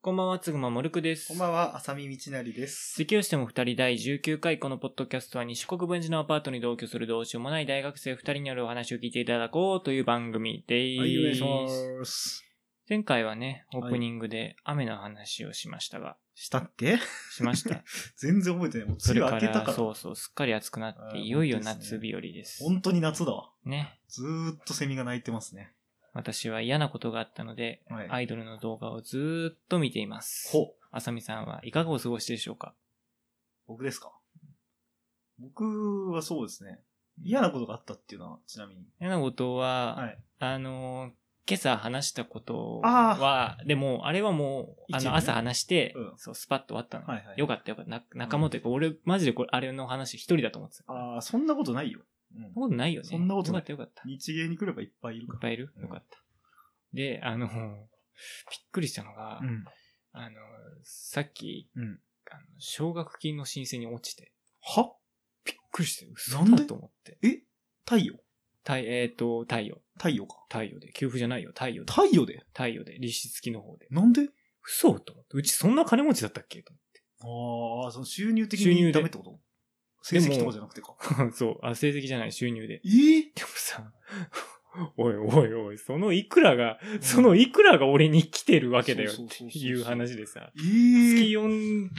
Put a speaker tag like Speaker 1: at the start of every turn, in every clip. Speaker 1: こんばんは、つぐまもるくです。
Speaker 2: こんばんは、浅見道成です。
Speaker 1: 自給しても二人第19回このポッドキャストは西国分寺のアパートに同居するどうしようもない大学生二人によるお話を聞いていただこうという番組です。
Speaker 2: はい、お願いします。
Speaker 1: 前回はね、オープニングで雨の話をしましたが、
Speaker 2: したっけ
Speaker 1: しま した。
Speaker 2: 全然覚えてない。もう
Speaker 1: そ
Speaker 2: 梅
Speaker 1: れ
Speaker 2: 雨
Speaker 1: か、
Speaker 2: 明けたからら。
Speaker 1: そうそう、すっかり暑くなっ
Speaker 2: あ
Speaker 1: て、
Speaker 2: ー
Speaker 1: いよいよ
Speaker 2: 本当です
Speaker 1: 夏
Speaker 2: ね
Speaker 1: 日和です。
Speaker 2: 本当に夏だわ。
Speaker 1: ね。
Speaker 2: ずーっとセミが鳴いてますね。
Speaker 1: 私は嫌なことがあったので、
Speaker 2: はい。
Speaker 1: アイドルの動画をずーっと見ています。
Speaker 2: ほう。
Speaker 1: あさみさんはいかがお過ごしでしょうか
Speaker 2: 僕ですか僕はそうですね。嫌なことがあったっていうのは、ちなみに。
Speaker 1: 嫌なことは、
Speaker 2: はい。
Speaker 1: あのー、今朝話したことは
Speaker 2: あ、
Speaker 1: でも、あれはもう、あ
Speaker 2: 一部
Speaker 1: の、
Speaker 2: ね
Speaker 1: 朝話して、
Speaker 2: うん
Speaker 1: そう、スパッと終わったの。
Speaker 2: はいはい
Speaker 1: よかったよかった。な仲間というか、俺、マジでこれ、あれの話一人だと思ってた。
Speaker 2: ああ、そんなことないよ。うん
Speaker 1: そんなことないよね。
Speaker 2: そんなこと
Speaker 1: よか
Speaker 2: ない
Speaker 1: ったよかった。いっ
Speaker 2: 日芸に来ればいっぱいいるか
Speaker 1: ぱいいる、
Speaker 2: うん
Speaker 1: よかった。で、あのー、びっくりしたのが、
Speaker 2: ら。うん。
Speaker 1: あのー、さっき、
Speaker 2: うん。
Speaker 1: あの奨学金の申請に落ちて、
Speaker 2: は
Speaker 1: びっくりして、嘘
Speaker 2: なん
Speaker 1: だ
Speaker 2: で
Speaker 1: と思って。
Speaker 2: え太陽
Speaker 1: 太えっ、と、太陽。
Speaker 2: 太陽か。
Speaker 1: 太陽で。給付じゃないよ。太陽で。
Speaker 2: 太陽で
Speaker 1: 太陽で。利子付きの方で。
Speaker 2: なんで
Speaker 1: 嘘と思って。うちそんな金持ちだったっけと
Speaker 2: ああ、その収入的
Speaker 1: 収入で
Speaker 2: にダメってこと成績とかじゃなくてか。
Speaker 1: 思ってそう。あ、成績じゃない、収入で。
Speaker 2: えー
Speaker 1: でもさ、 おいおいおい、そのいくらが、
Speaker 2: うん
Speaker 1: そのいくらが俺に来てるわけだよ
Speaker 2: そう
Speaker 1: って
Speaker 2: そうそうそう
Speaker 1: いう話でさ、
Speaker 2: え
Speaker 1: 月
Speaker 2: ー
Speaker 1: 4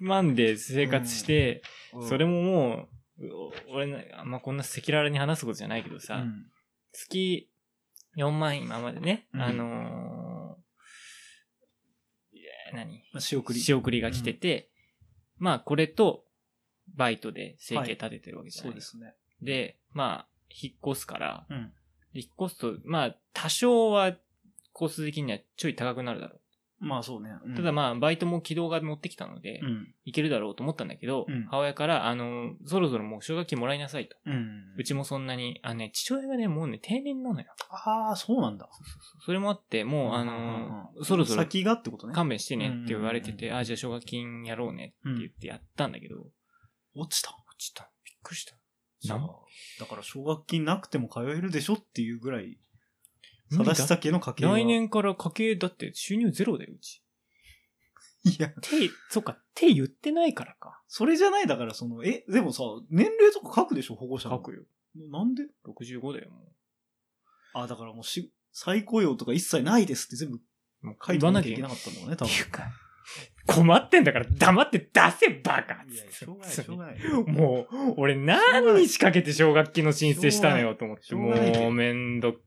Speaker 1: 万で生活して、
Speaker 2: うん
Speaker 1: それももう、う俺な、あんまこんな赤裸々に話すことじゃないけどさ、
Speaker 2: うん
Speaker 1: 月4万今までね、
Speaker 2: うん
Speaker 1: あのー、いや何
Speaker 2: まあ仕送り。
Speaker 1: 仕送りが来てて、まあこれと、バイトで生計立ててるわけじゃな
Speaker 2: そ
Speaker 1: いうで
Speaker 2: です
Speaker 1: か。
Speaker 2: すね。
Speaker 1: で、まあ、引っ越すから、
Speaker 2: うん。
Speaker 1: 引っ越すと、まあ、多少は、コスト的にはちょい高くなるだろ
Speaker 2: まあそうね。
Speaker 1: う。ただ
Speaker 2: あ、
Speaker 1: まあ、バイトも軌道が乗ってきたので、
Speaker 2: うん。
Speaker 1: いけるだろうと思ったんだけど、
Speaker 2: うん
Speaker 1: 母親から、あの、そろそろもう奨学金もらいなさいと。
Speaker 2: うん。
Speaker 1: うちもそんなに、あのね、父親がね、もうね、定年なのよ。
Speaker 2: ああ、そうなんだ。
Speaker 1: それもあって、もう、あ
Speaker 2: うん
Speaker 1: の
Speaker 2: うんうん
Speaker 1: そろそろ
Speaker 2: 先がってことね。
Speaker 1: 勘弁してねって言われてて、
Speaker 2: うん
Speaker 1: あ、じゃあ奨学金やろうねって言ってやったんだけど、落
Speaker 2: 落ちた。
Speaker 1: ちた。びっくりした。
Speaker 2: じゃあ
Speaker 1: なん
Speaker 2: だから、奨学金なくても通えるでしょっていうぐらい、
Speaker 1: 無理だ
Speaker 2: 正しさ家の家計は
Speaker 1: 来。年から家計だって収入ゼロだよ、うち。
Speaker 2: いや、
Speaker 1: 手、そっか、手言ってないからか。
Speaker 2: それじゃない、だから、その、え、でもさ、年齢とか書くでしょ、保護者の
Speaker 1: 書くよ。
Speaker 2: なんで
Speaker 1: 65だよ、も
Speaker 2: あ、だからもうし、再雇用とか一切ないですって全部
Speaker 1: う。もう
Speaker 2: 書い
Speaker 1: 言
Speaker 2: て
Speaker 1: わ
Speaker 2: おか
Speaker 1: な
Speaker 2: な
Speaker 1: きゃ
Speaker 2: きゃ
Speaker 1: いけ
Speaker 2: いけ
Speaker 1: な
Speaker 2: な
Speaker 1: かっ
Speaker 2: かったんだろうね、
Speaker 1: た。
Speaker 2: 多
Speaker 1: っ てい。うか、
Speaker 2: 分
Speaker 1: 困ってんだから黙って出せ、バカ
Speaker 2: いやいや、しょうがない、しょうがない。
Speaker 1: もう、俺何日かけて奨学金の申請したのよと思って。
Speaker 2: しょうがない
Speaker 1: もうめんどく、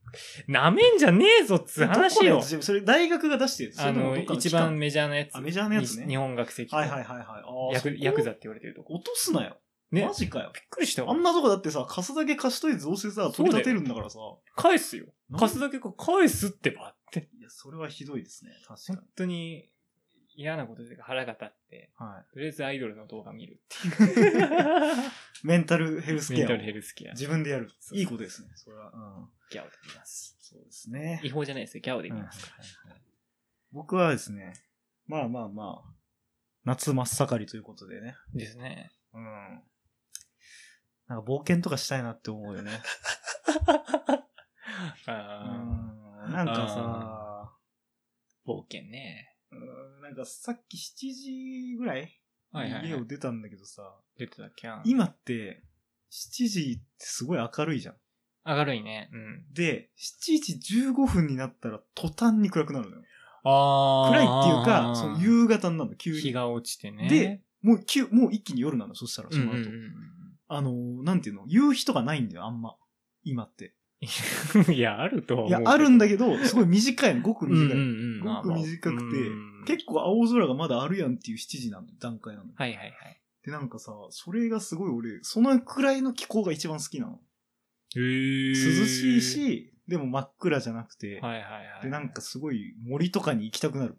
Speaker 1: なめんじゃねえぞっつう話
Speaker 2: どこ
Speaker 1: よ
Speaker 2: のや。つそれ大学が出してる。そ
Speaker 1: あ
Speaker 2: れとも
Speaker 1: の、
Speaker 2: どっか
Speaker 1: 一
Speaker 2: 機関
Speaker 1: 番メジャーなやつ。
Speaker 2: あメジャーなやつね
Speaker 1: に日本学籍。
Speaker 2: はいはいはいはい。あー
Speaker 1: ヤ
Speaker 2: そ
Speaker 1: ク
Speaker 2: こ
Speaker 1: ヤクザって言われてるとこ。
Speaker 2: 落とすなよ。
Speaker 1: ね。
Speaker 2: マジかよ
Speaker 1: び。っくりした
Speaker 2: あ
Speaker 1: よ
Speaker 2: ん。なとこだってさ、貸すだけ貸しといてどうせさ、取り立てるんだからさ。
Speaker 1: 返すよ。
Speaker 2: なん
Speaker 1: 貸すだけか返すってばって。
Speaker 2: いや、それはひどいですね。確かに
Speaker 1: 本。当に嫌なことというか腹が立って、
Speaker 2: は
Speaker 1: とりあえずアイドルの動画見るっていう。
Speaker 2: い。メンタルヘルス
Speaker 1: メ
Speaker 2: ケ
Speaker 1: ン
Speaker 2: ア
Speaker 1: タ
Speaker 2: を
Speaker 1: ルヘル スケア。
Speaker 2: 自分でやる。
Speaker 1: そう
Speaker 2: いいことですね。それは。うん。
Speaker 1: ギャオで見ます。
Speaker 2: そうですね
Speaker 1: 違。法じゃないですよ。ギャオで
Speaker 2: うん
Speaker 1: 見
Speaker 2: はい
Speaker 1: ますから。
Speaker 2: はい僕はですね、まあまあまあ、夏真っ盛りということでね。
Speaker 1: ですね。
Speaker 2: うん。なんか冒険とかしたいなって思うよね。
Speaker 1: あ
Speaker 2: うん。なんかさ、
Speaker 1: ー冒険ね。
Speaker 2: うんなんかさっき7時ぐらい
Speaker 1: はいはい
Speaker 2: 家
Speaker 1: は
Speaker 2: を
Speaker 1: い。
Speaker 2: 出たんだけどさ、
Speaker 1: 出てたっけん
Speaker 2: 今って7時ってすごい明るいじゃん。
Speaker 1: 明るいね。うん。
Speaker 2: で、7時15分になったら途端に暗くなるのよ。
Speaker 1: あ
Speaker 2: 暗いっていうか、その夕方になるの、急
Speaker 1: 日
Speaker 2: に。
Speaker 1: が落ちてね。
Speaker 2: で、もう急、もう一気に夜なの、そしたら、
Speaker 1: う
Speaker 2: そ
Speaker 1: ん
Speaker 2: の
Speaker 1: う
Speaker 2: 後。
Speaker 1: んうん
Speaker 2: あのーなんていうの、夕日とかないんだよ、あんま。今って。
Speaker 1: うん。いや、あるとは思う
Speaker 2: い
Speaker 1: け
Speaker 2: や
Speaker 1: ど。、
Speaker 2: あるんだけど、すごい短いの、ごく
Speaker 1: うん
Speaker 2: 短
Speaker 1: う
Speaker 2: い。
Speaker 1: んうん。
Speaker 2: ごく短くて
Speaker 1: うん、
Speaker 2: 結構青空がまだあるやんっていう7時なんだよ、段階なの。
Speaker 1: はいはいはい。
Speaker 2: で、なんかさ、それがすごい俺、そのくらいの気候が一番好きなの。
Speaker 1: 涼
Speaker 2: 涼しい、し、でも真っ暗じゃなくて、
Speaker 1: はいはいはい。
Speaker 2: で、なん か、すごい森とかに行きたくなる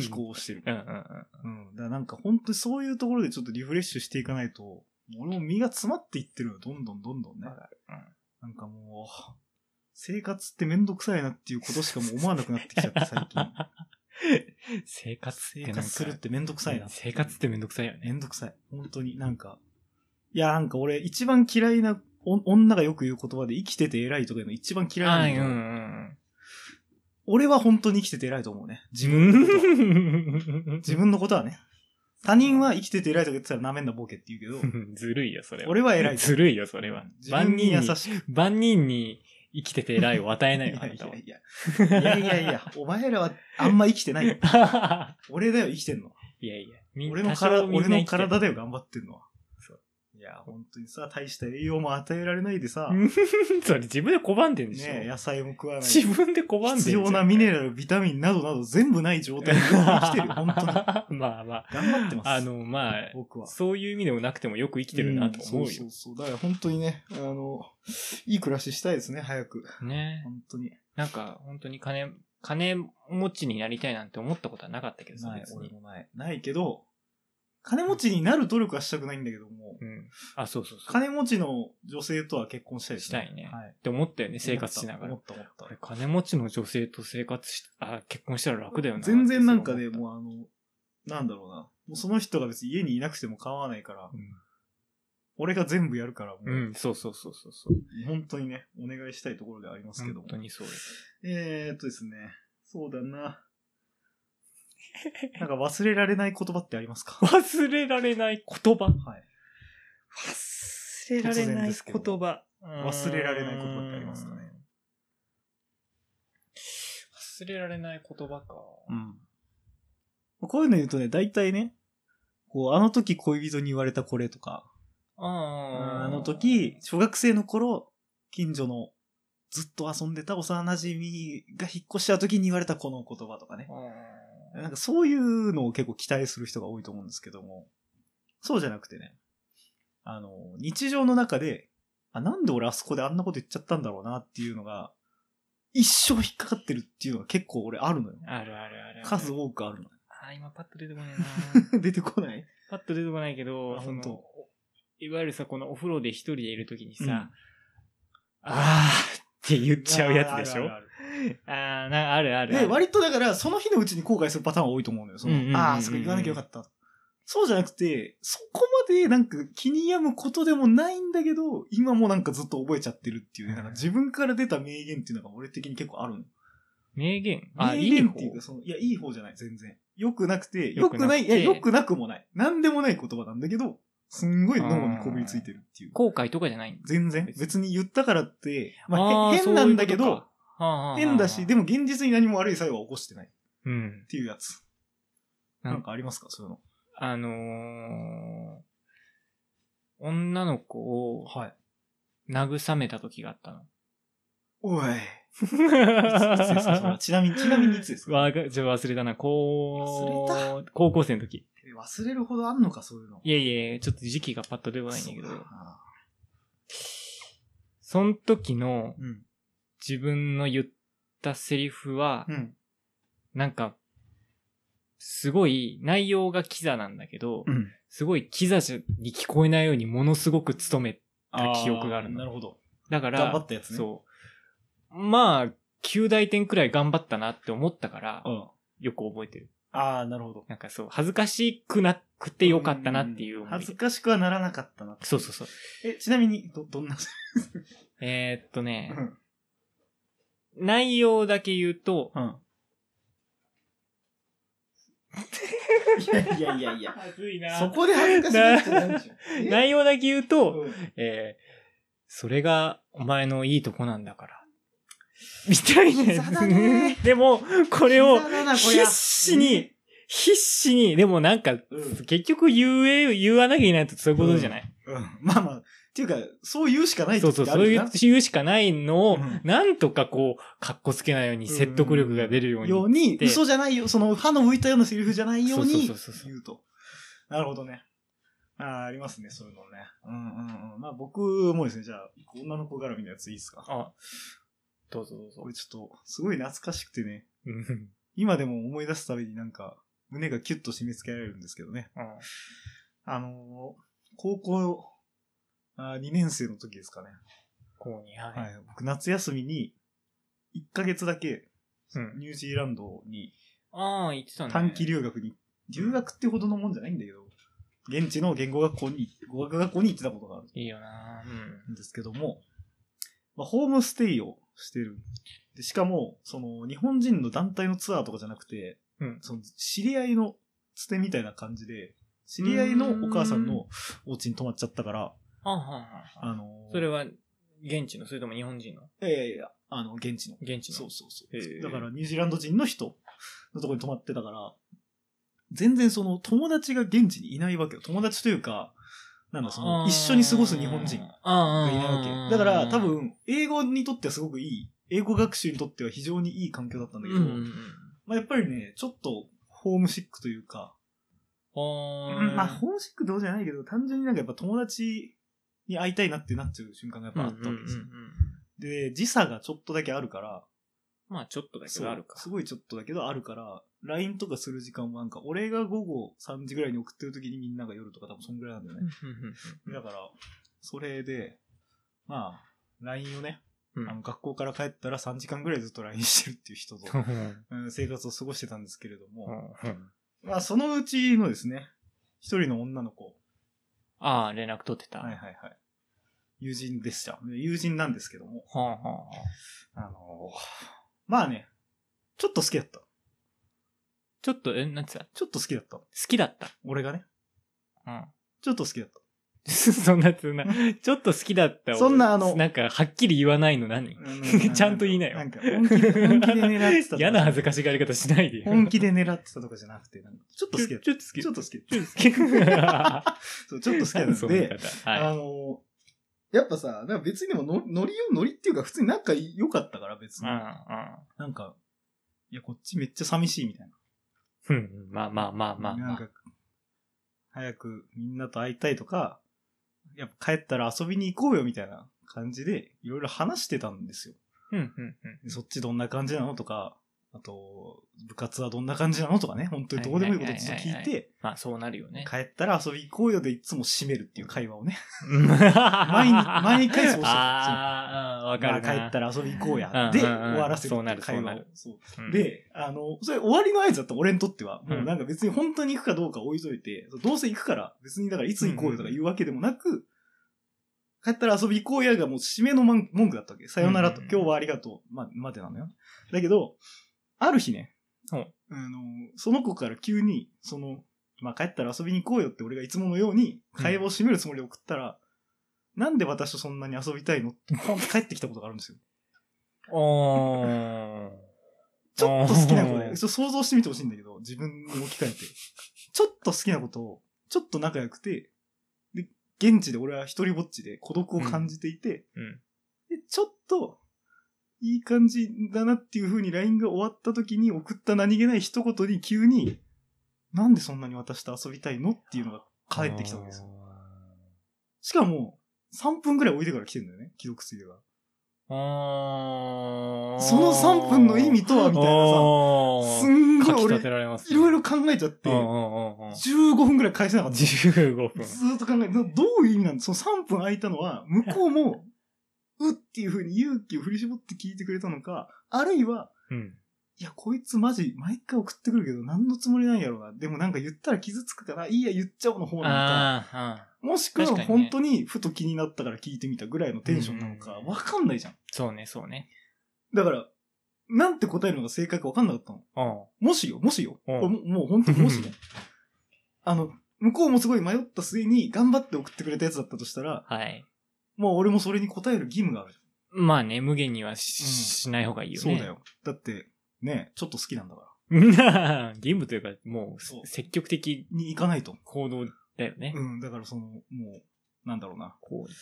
Speaker 2: 気候をしてる。
Speaker 1: うんうんうん。
Speaker 2: うん。だからなんか本当にそういうところでちょっとリフレッシュしていかないと、俺も身が詰まっていってるよ。どんどんどんどんね
Speaker 1: わかるうん。
Speaker 2: なんかもう、生活ってめんどくさいなっていうことしかもう思わなくなってきちゃって、最 近。
Speaker 1: 生活って
Speaker 2: 生
Speaker 1: なんか
Speaker 2: 活するってめんどくさいな。
Speaker 1: 生活ってめんどくさいよ
Speaker 2: め
Speaker 1: ね。
Speaker 2: んどくさい。本当になんか。いや、なんか俺一番嫌いな、お女がよく言う言葉で生きてて偉いとかいうの一番嫌い
Speaker 1: あ
Speaker 2: な
Speaker 1: あ、うん
Speaker 2: だ
Speaker 1: んう
Speaker 2: よ
Speaker 1: んうん。
Speaker 2: 俺は本当に生きてて偉いと思うね。自
Speaker 1: う
Speaker 2: 分のことは。
Speaker 1: ん。
Speaker 2: 自分のことはね。他人は生きてて偉いとか言ってたらなめんなボケって言うけ
Speaker 1: ずるいよ、それ
Speaker 2: ど、
Speaker 1: は。
Speaker 2: 俺は偉い。
Speaker 1: ずるいよ、それは。
Speaker 2: 自
Speaker 1: 万
Speaker 2: 分に
Speaker 1: 人
Speaker 2: 優
Speaker 1: に、
Speaker 2: しく。
Speaker 1: 万人に生きてて偉いを与え
Speaker 2: い
Speaker 1: ない
Speaker 2: や い
Speaker 1: よ、あ
Speaker 2: や
Speaker 1: ないたは。
Speaker 2: や。いやいやいや、お前らはあんま生きてないよ。俺だよ、生きてんの。
Speaker 1: いやいや。みん
Speaker 2: 俺の
Speaker 1: 多少
Speaker 2: 体、
Speaker 1: みん
Speaker 2: 俺
Speaker 1: な
Speaker 2: の
Speaker 1: 生きてる
Speaker 2: 体だよ、頑張ってんのは。
Speaker 1: そう
Speaker 2: いや、本当にさ、大した栄養も与えられないでさ、
Speaker 1: う
Speaker 2: ね
Speaker 1: ん それ自分で拒んでんでしょ。
Speaker 2: え野菜も食わない。
Speaker 1: 自分で拒んでん
Speaker 2: 必要なミネラル、ビタミンなどなど全部ない状態で生きて るよ、本当に。頑
Speaker 1: に。まあまあ。
Speaker 2: 張ってます。
Speaker 1: あ、の、まあ、
Speaker 2: 僕は。
Speaker 1: そういう意味でもなくてもよく生きてるなと思
Speaker 2: ん
Speaker 1: う
Speaker 2: そ
Speaker 1: よ
Speaker 2: う。そうそう。だから本当にね、あの、いい暮らししたいですね、早く。
Speaker 1: ね
Speaker 2: 本当に。
Speaker 1: なんか、本当に金、金持ちになりたいなんて思ったことはなかったけどさ
Speaker 2: ない、
Speaker 1: 別
Speaker 2: 俺
Speaker 1: に。
Speaker 2: もない。ないけど、金持ちになる努力はしたくないんだけども、
Speaker 1: うん。あ、そうそうそう。
Speaker 2: 金持ちの女性とは結婚したいですね。
Speaker 1: したいね
Speaker 2: はい。
Speaker 1: って思ったよね、生活しながら
Speaker 2: 思。った思った
Speaker 1: 俺、金持ちの女性と生活し、あ、結婚したら楽だよな。
Speaker 2: 全然なんかね、
Speaker 1: ってそう思っ
Speaker 2: もうあの、なんだろうな。もうその人が別に家にいなくても構わないから、俺が全部やるから、も
Speaker 1: た。う
Speaker 2: う、
Speaker 1: ん、そうそうそうそうそう。
Speaker 2: 本当にね、お願いしたいところではありますけど
Speaker 1: 本
Speaker 2: も。
Speaker 1: 当にそうよ
Speaker 2: えーっとですね、そうだな。 なんか忘れられない言葉ってありますか
Speaker 1: 忘れられない言葉
Speaker 2: はい。
Speaker 1: 忘れ
Speaker 2: られない言葉
Speaker 1: 葉。
Speaker 2: 忘れられない言葉ってありますかね
Speaker 1: 忘れられない言葉か。
Speaker 2: うん。こういうの言うとね、大体ね、こう、あの時恋人に言われたこれとか、
Speaker 1: あ
Speaker 2: あの時、、小学生の頃、近所のずっと遊んでた幼馴染が引っ越した時に言われたこの言葉とかね。なんかそういうのを結構期待する人が多いと思うんですけども、そうじゃなくてね、あの、日常の中で、あ、なんで俺あそこであんなこと言っちゃったんだろうなっていうのが、一生引っかかってるっていうのが結構俺あるのよ。
Speaker 1: あるあるある。
Speaker 2: 数多くある
Speaker 1: あー今パッと出てこ ないな。
Speaker 2: の。出てこない
Speaker 1: パッと出てこないけど、
Speaker 2: あ
Speaker 1: その
Speaker 2: 本当
Speaker 1: おいわゆるさ、このお風呂で一人でいるときにさ、
Speaker 2: うん
Speaker 1: ああーって言っちゃうやつでし
Speaker 2: あ
Speaker 1: ょ
Speaker 2: るあるあ
Speaker 1: ああー、なんかあるあ
Speaker 2: る
Speaker 1: るあ
Speaker 2: で、
Speaker 1: る。
Speaker 2: 割とだから、その日のうちに後悔するパターンは多いと思うのよ。その、
Speaker 1: うんうんうんうん
Speaker 2: ああ、そこ言わなきゃよかった。そうじゃなくて、そこまでなんか気に病むことでもないんだけど、今もなんかずっと覚えちゃってるっていうね、なんか自分から出た名言っていうのが俺的に結構あるの。
Speaker 1: 名言あ、
Speaker 2: 名
Speaker 1: いい
Speaker 2: 言っ
Speaker 1: 方
Speaker 2: ていうか、その、いや、いい方じゃない、全然。良くなくて、
Speaker 1: 良
Speaker 2: 良
Speaker 1: く
Speaker 2: く
Speaker 1: なくて
Speaker 2: ない、いや、良くなくもない。なんでもない言葉なんだけど、すんごい脳にこびりついてるっていう。
Speaker 1: 後悔とかじゃないんだ
Speaker 2: 全然。別に言ったからって、
Speaker 1: あ
Speaker 2: まあ、
Speaker 1: ー
Speaker 2: へ変なんだけ
Speaker 1: そういうこ
Speaker 2: ど、
Speaker 1: とかはあはあはあ
Speaker 2: 変だし、でも現実に何も悪い作用は起こしてないっ
Speaker 1: うん。
Speaker 2: ていうやつ。
Speaker 1: なん
Speaker 2: なんかありますかそういうの。
Speaker 1: あのー、女の子を
Speaker 2: はい。
Speaker 1: 慰めた時があ ったの。
Speaker 2: おい。いついつですかそれはちなみに、ちなみにいつですか
Speaker 1: わが、ちょ、忘れたな。こう
Speaker 2: 忘
Speaker 1: 高校生の時。
Speaker 2: 忘れるほどあんのか、そういうの。
Speaker 1: いやいや、ちょっと時期がパッと出てこないんだ
Speaker 2: そ
Speaker 1: け
Speaker 2: う
Speaker 1: ど
Speaker 2: だ。な
Speaker 1: その時の
Speaker 2: うん。
Speaker 1: 自分の言ったセリフは、
Speaker 2: うん。
Speaker 1: なんか、すごい、内容がキザなんだけど、
Speaker 2: うん。
Speaker 1: すごいキザじゃに聞こえないようにものすごく努め、
Speaker 2: あー
Speaker 1: 記憶があるの
Speaker 2: なるほど。
Speaker 1: だから、
Speaker 2: 頑張ったやつね。
Speaker 1: そう。まあ、9大点くらい頑張ったなって思ったから
Speaker 2: う、ん。
Speaker 1: よく覚えてる。
Speaker 2: ああ、なるほど。
Speaker 1: なんかそう、恥ずかしくなくてよかったなっていう
Speaker 2: うん
Speaker 1: 思い
Speaker 2: 恥ずかしくはならなかったな。
Speaker 1: そうそうそう。
Speaker 2: え、ちなみに、ど、どんな、
Speaker 1: えーっとね、
Speaker 2: ん。
Speaker 1: 内容だけ言うと、
Speaker 2: うん。いやいやいやいや。
Speaker 1: 恥ずい
Speaker 2: そこで恥ずかしいなってなんでしょ。
Speaker 1: 内容だけ言うと、
Speaker 2: うん
Speaker 1: えーそれがお前のいいとこなんだから。みたいなやつ
Speaker 2: 膝だね
Speaker 1: でも、これを
Speaker 2: 膝だなこりゃ
Speaker 1: 必死に、必死に、でもなんか、
Speaker 2: うん
Speaker 1: 結局言え、言わなきゃいけないとそういうことじゃない。
Speaker 2: うんまあまあ、っていうか、そう言うしかない
Speaker 1: そ
Speaker 2: 時
Speaker 1: うそう、
Speaker 2: ってあ
Speaker 1: そう
Speaker 2: る
Speaker 1: い
Speaker 2: よ
Speaker 1: う
Speaker 2: な
Speaker 1: 言うしかないのを、
Speaker 2: うん
Speaker 1: なんとかこう、かっこつけないように説得力が出るように。
Speaker 2: ように、
Speaker 1: で
Speaker 2: 嘘じゃないよ、その歯の浮いたようなセリフじゃないように
Speaker 1: そうそうそうそう
Speaker 2: 言うと。なるほどね。ああ、ありますね、そういうのね。うんうんうん。まあ僕もですね、じゃあ、女の子絡みのやついいですか。
Speaker 1: あ、どうぞどうぞ
Speaker 2: こ。れちょっと、すごい懐かしくてね、
Speaker 1: うん
Speaker 2: 今でも思い出すたびになんか、胸がキュッと締め付けられるんですけどね。あのー高校あ2年生の時ですかね。
Speaker 1: こうに、はい。
Speaker 2: はい。僕、夏休みに、1ヶ月だけ、
Speaker 1: うん
Speaker 2: ニュージーランドに
Speaker 1: ああ、言ってたね。
Speaker 2: 短期留学に、留学ってほどのもんじゃないんだけど、現地の言語学校に、語学学校に行ってたことがある
Speaker 1: いいよなうん
Speaker 2: んですけども、まあ、ホームステイをしてる。でしかも、その、日本人の団体のツアーとかじゃなくて、
Speaker 1: うん
Speaker 2: その、知り合いのつてみたいな感じで、知り合いのお母さんのお家に泊まっちゃったから、
Speaker 1: あはんはんはん
Speaker 2: あのー
Speaker 1: それは、現地の、それとも日本人の
Speaker 2: いやいやいや、あの、現地の。
Speaker 1: 現地の。
Speaker 2: そうそうそ
Speaker 1: へー
Speaker 2: う。だから、ニュージーランド人の人のところに泊まってたから、全然その、友達が現地にいないわけよ。友達というか、なんだ、そ
Speaker 1: あ
Speaker 2: の、
Speaker 1: ー
Speaker 2: 一緒に過ごす日本人。がいないわけ。だから多、
Speaker 1: あー
Speaker 2: 分、英語にとってはすごくいい。英語学習にとっては非常にいい環境だったんだけ
Speaker 1: う
Speaker 2: ど、
Speaker 1: んうんうん。
Speaker 2: まあ、やっぱりね、ちょっと、ホームシックというか、
Speaker 1: ほーん
Speaker 2: まあ、ホームシックどうじゃないけど、単純になんかやっぱ友達に会いたいなってなっちゃう瞬間がやっぱあったわけですよ。
Speaker 1: うんうんうんうん
Speaker 2: で、時差がちょっとだけあるから、
Speaker 1: まあ、ちょっとだけどあるか
Speaker 2: そう。すごいちょっとだけどあるから、LINE とかする時間もなんか、俺が午後3時ぐらいに送ってる時にみんなが夜とか多分そんぐらいなんだよね。
Speaker 1: うんうんうんうん
Speaker 2: だから、それで、まあ、LINE をね、
Speaker 1: うん
Speaker 2: あの学校から帰ったら3時間ぐらいずっと LINE してるっていう人と、うん生活を過ごしてたんですけれども、まあ、そのうちのですね、一人の女の子、
Speaker 1: ああ、連絡取ってた。
Speaker 2: はいはい
Speaker 1: は
Speaker 2: はい、友人でした。友人なんですけども、
Speaker 1: あはあはあ
Speaker 2: あのーまあね、ちょっと好きだった。
Speaker 1: ちょっと、え、なんつうの好
Speaker 2: ちょっと好きだった。
Speaker 1: きだった。
Speaker 2: 俺がね、
Speaker 1: うん。
Speaker 2: ちょっと好きだった。
Speaker 1: そんな、そんな、ちょっと好きだった。
Speaker 2: そんなあの
Speaker 1: なんか、はっきり言わないの何ちゃんと言いなよ
Speaker 2: なんか本気で、本気で狙ってたとか。
Speaker 1: 嫌な恥ずかしがり方しないでよ。
Speaker 2: 本気で狙ってたとかじゃなくて、なんかちょっと好きだった。
Speaker 1: ちょっと好き
Speaker 2: ち
Speaker 1: だっ
Speaker 2: ょっと好きだった。
Speaker 1: た。ちょっと好き。
Speaker 2: そう、ちょっと好きなん
Speaker 1: そういう
Speaker 2: で、
Speaker 1: 方はい。
Speaker 2: あの、やっぱさ、なんか別にでものノリよ、ノリっていうか普通に仲良かったから別に。
Speaker 1: う
Speaker 2: なんか、いや、こっちめっちゃ寂しいみたいな。
Speaker 1: んうん。うんまあまあまあまあ
Speaker 2: なん
Speaker 1: ま
Speaker 2: か、早くみんなと会いたいとか、やっぱ帰ったら遊びに行こうよみたいな感じで、いろいろ話してたんですよ。
Speaker 1: あ。うんうんうん。
Speaker 2: でそっちどんな感じなのとか、あと、部活はどんな感じなのとかね、本当にどうでもいいことずっと
Speaker 1: は
Speaker 2: 聞
Speaker 1: いはいはいいは
Speaker 2: て、
Speaker 1: まあそうなるよね。
Speaker 2: 帰ったら遊び行こうよでいつも締めるっていう会話をね、
Speaker 1: 毎
Speaker 2: 毎回そうしてた
Speaker 1: ああ、わかるな。
Speaker 2: まあ帰ったら遊び行こ
Speaker 1: うんう
Speaker 2: う
Speaker 1: んう
Speaker 2: や
Speaker 1: ん。
Speaker 2: で、終わらせる
Speaker 1: そうなる
Speaker 2: 会話
Speaker 1: そうな
Speaker 2: を
Speaker 1: る。
Speaker 2: そう
Speaker 1: うん、
Speaker 2: で、あの、それ終わりの合図だった俺にとっては、もううんなんか別に本当に行くかどうか置いといて、そうどうせ行くから、別にだからいつ行こうよとか言うわけでもなく、帰ったら遊び行こうやがもう締めの文文句だったわけ。さよならと、
Speaker 1: うん
Speaker 2: 今日はありがとう、ま、までなのよ。だけど、ある日ね、
Speaker 1: うん
Speaker 2: あの、その子から急に、その、まあ、帰ったら遊びに行こうよって俺がいつものように会話を締めるつもりで送ったら、なんで私とそんなに遊びたいのってポンって帰ってきたことがあるんですよ。
Speaker 1: おー。
Speaker 2: ちょっと好きなこと
Speaker 1: お
Speaker 2: で、ちょ
Speaker 1: ー
Speaker 2: っと想像してみてほしいんだけど、自分に置き換えて。ちょっと好きなことを、ちょっと仲良くて、で、現地で俺は一人ぼっちで孤独を感じていて、
Speaker 1: うん。
Speaker 2: で、ちょっと、いい感じだなっていう風に LINE が終わった時に送った何気ない一言に急に、なんでそんなに私と遊びたいのっていうのが返ってきたわけですよ。しかも、3分くらい置いてから来てるんだよね、既読ついでが。
Speaker 1: あー。
Speaker 2: その3分の意味とはみたいなさ、す
Speaker 1: おー。
Speaker 2: ん
Speaker 1: か
Speaker 2: ごい
Speaker 1: き
Speaker 2: 俺、
Speaker 1: 立てられます、
Speaker 2: いろいろ考えちゃって、
Speaker 1: ろ。
Speaker 2: 15分ぐらい返せなかった。ず
Speaker 1: 15分。
Speaker 2: ーっと考えて、どういう意味なんだその3分空いたのは、向こうも、うっていう風に勇気を振り絞って聞いてくれたのか、あるいは、
Speaker 1: うん。
Speaker 2: いや、こいつマジ、毎回送ってくるけど、何のつもりなんやろうな。でもなんか言ったら傷つくから、いいや、言っちゃおうの方なのか。
Speaker 1: あーあー、
Speaker 2: もしくは、
Speaker 1: 確かにね
Speaker 2: 本当に、ふと気になったから聞いてみたぐらいのテンションなのか
Speaker 1: う、ん
Speaker 2: わかんないじゃん。
Speaker 1: そうね、そうね。
Speaker 2: だから、なんて答えるのが正解かわかんなかったの。
Speaker 1: うん。
Speaker 2: もしよ、もしよ。
Speaker 1: うん
Speaker 2: これももう本当 にもしね。あの、向こうもすごい迷った末に頑張って送ってくれたやつだったとしたら、
Speaker 1: はい。
Speaker 2: もう俺もそれに応える義務がある。
Speaker 1: まあね、無限にはし,、
Speaker 2: うん
Speaker 1: ない方がいいよね。
Speaker 2: そうだ。よ。だって、ね、ちょっと好きなんだから。
Speaker 1: 義務というか、も、
Speaker 2: そうう
Speaker 1: 積極的
Speaker 2: に行かないと。
Speaker 1: 行動だよね。
Speaker 2: うん、だからその、もう、なんだろうな。
Speaker 1: こう、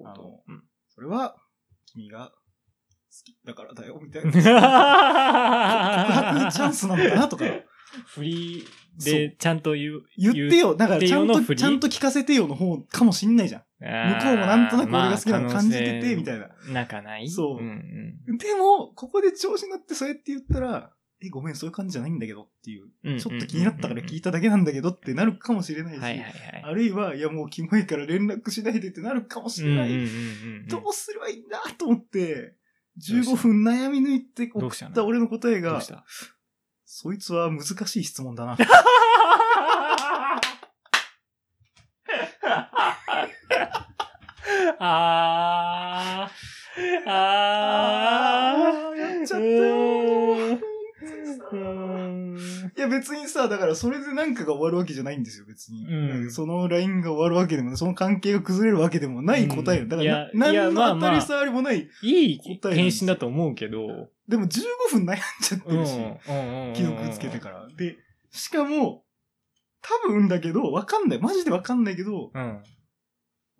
Speaker 1: 行
Speaker 2: あの
Speaker 1: 動。うん。
Speaker 2: それは、君が好きだからだよ、み たいな。告白チャン
Speaker 1: 告
Speaker 2: スなのかなとか。
Speaker 1: フリーで、ちゃんと言う。
Speaker 2: 言ってよ。だから、ちゃん
Speaker 1: 言ってよの
Speaker 2: と、
Speaker 1: 振り
Speaker 2: ちゃんと聞かせてよの方かもしんないじゃん。
Speaker 1: 向
Speaker 2: 向こうもなんとなく俺が好きなの感じててみたい
Speaker 1: まあ
Speaker 2: な。
Speaker 1: 可能性なかない
Speaker 2: そうん
Speaker 1: ん
Speaker 2: でも、ここで調子になってそうやって言ったら、え、ごめん、そういう感じじゃないんだけどっていう。
Speaker 1: うん。
Speaker 2: ちょっと気になったから聞
Speaker 1: い
Speaker 2: いただけなんだけどってなるかもしれない
Speaker 1: て
Speaker 2: し、
Speaker 1: はいはいはい。
Speaker 2: あるいは、いやもうキモいから連絡しないでってなるかもしれない。
Speaker 1: うんうんうんうん
Speaker 2: どうすればいいんだと思って、
Speaker 1: どうした
Speaker 2: 15分悩み抜いて
Speaker 1: ど
Speaker 2: 送
Speaker 1: うした
Speaker 2: っ
Speaker 1: の
Speaker 2: た俺の答え
Speaker 1: どう
Speaker 2: が
Speaker 1: し、た
Speaker 2: そいつは難しい質問だな。
Speaker 1: あー。あ
Speaker 2: からそれで何かが終わるわけじゃないんですよ、別に。
Speaker 1: うん
Speaker 2: そのラインが終わるわけでもない、その関係が崩れるわけでもない答え。
Speaker 1: うん
Speaker 2: だから
Speaker 1: いや
Speaker 2: な、
Speaker 1: いや
Speaker 2: 何
Speaker 1: まあ
Speaker 2: の当
Speaker 1: まあ
Speaker 2: たり障りもない。
Speaker 1: いい
Speaker 2: 答えなん
Speaker 1: 返
Speaker 2: です
Speaker 1: 信
Speaker 2: よ
Speaker 1: だと思うけど、
Speaker 2: でも15分悩んじゃって
Speaker 1: うん
Speaker 2: るし、
Speaker 1: うん
Speaker 2: 既読つけてから。で、しかも、多分だけど、わかんない。マジでわかんないけど、
Speaker 1: ら。うん。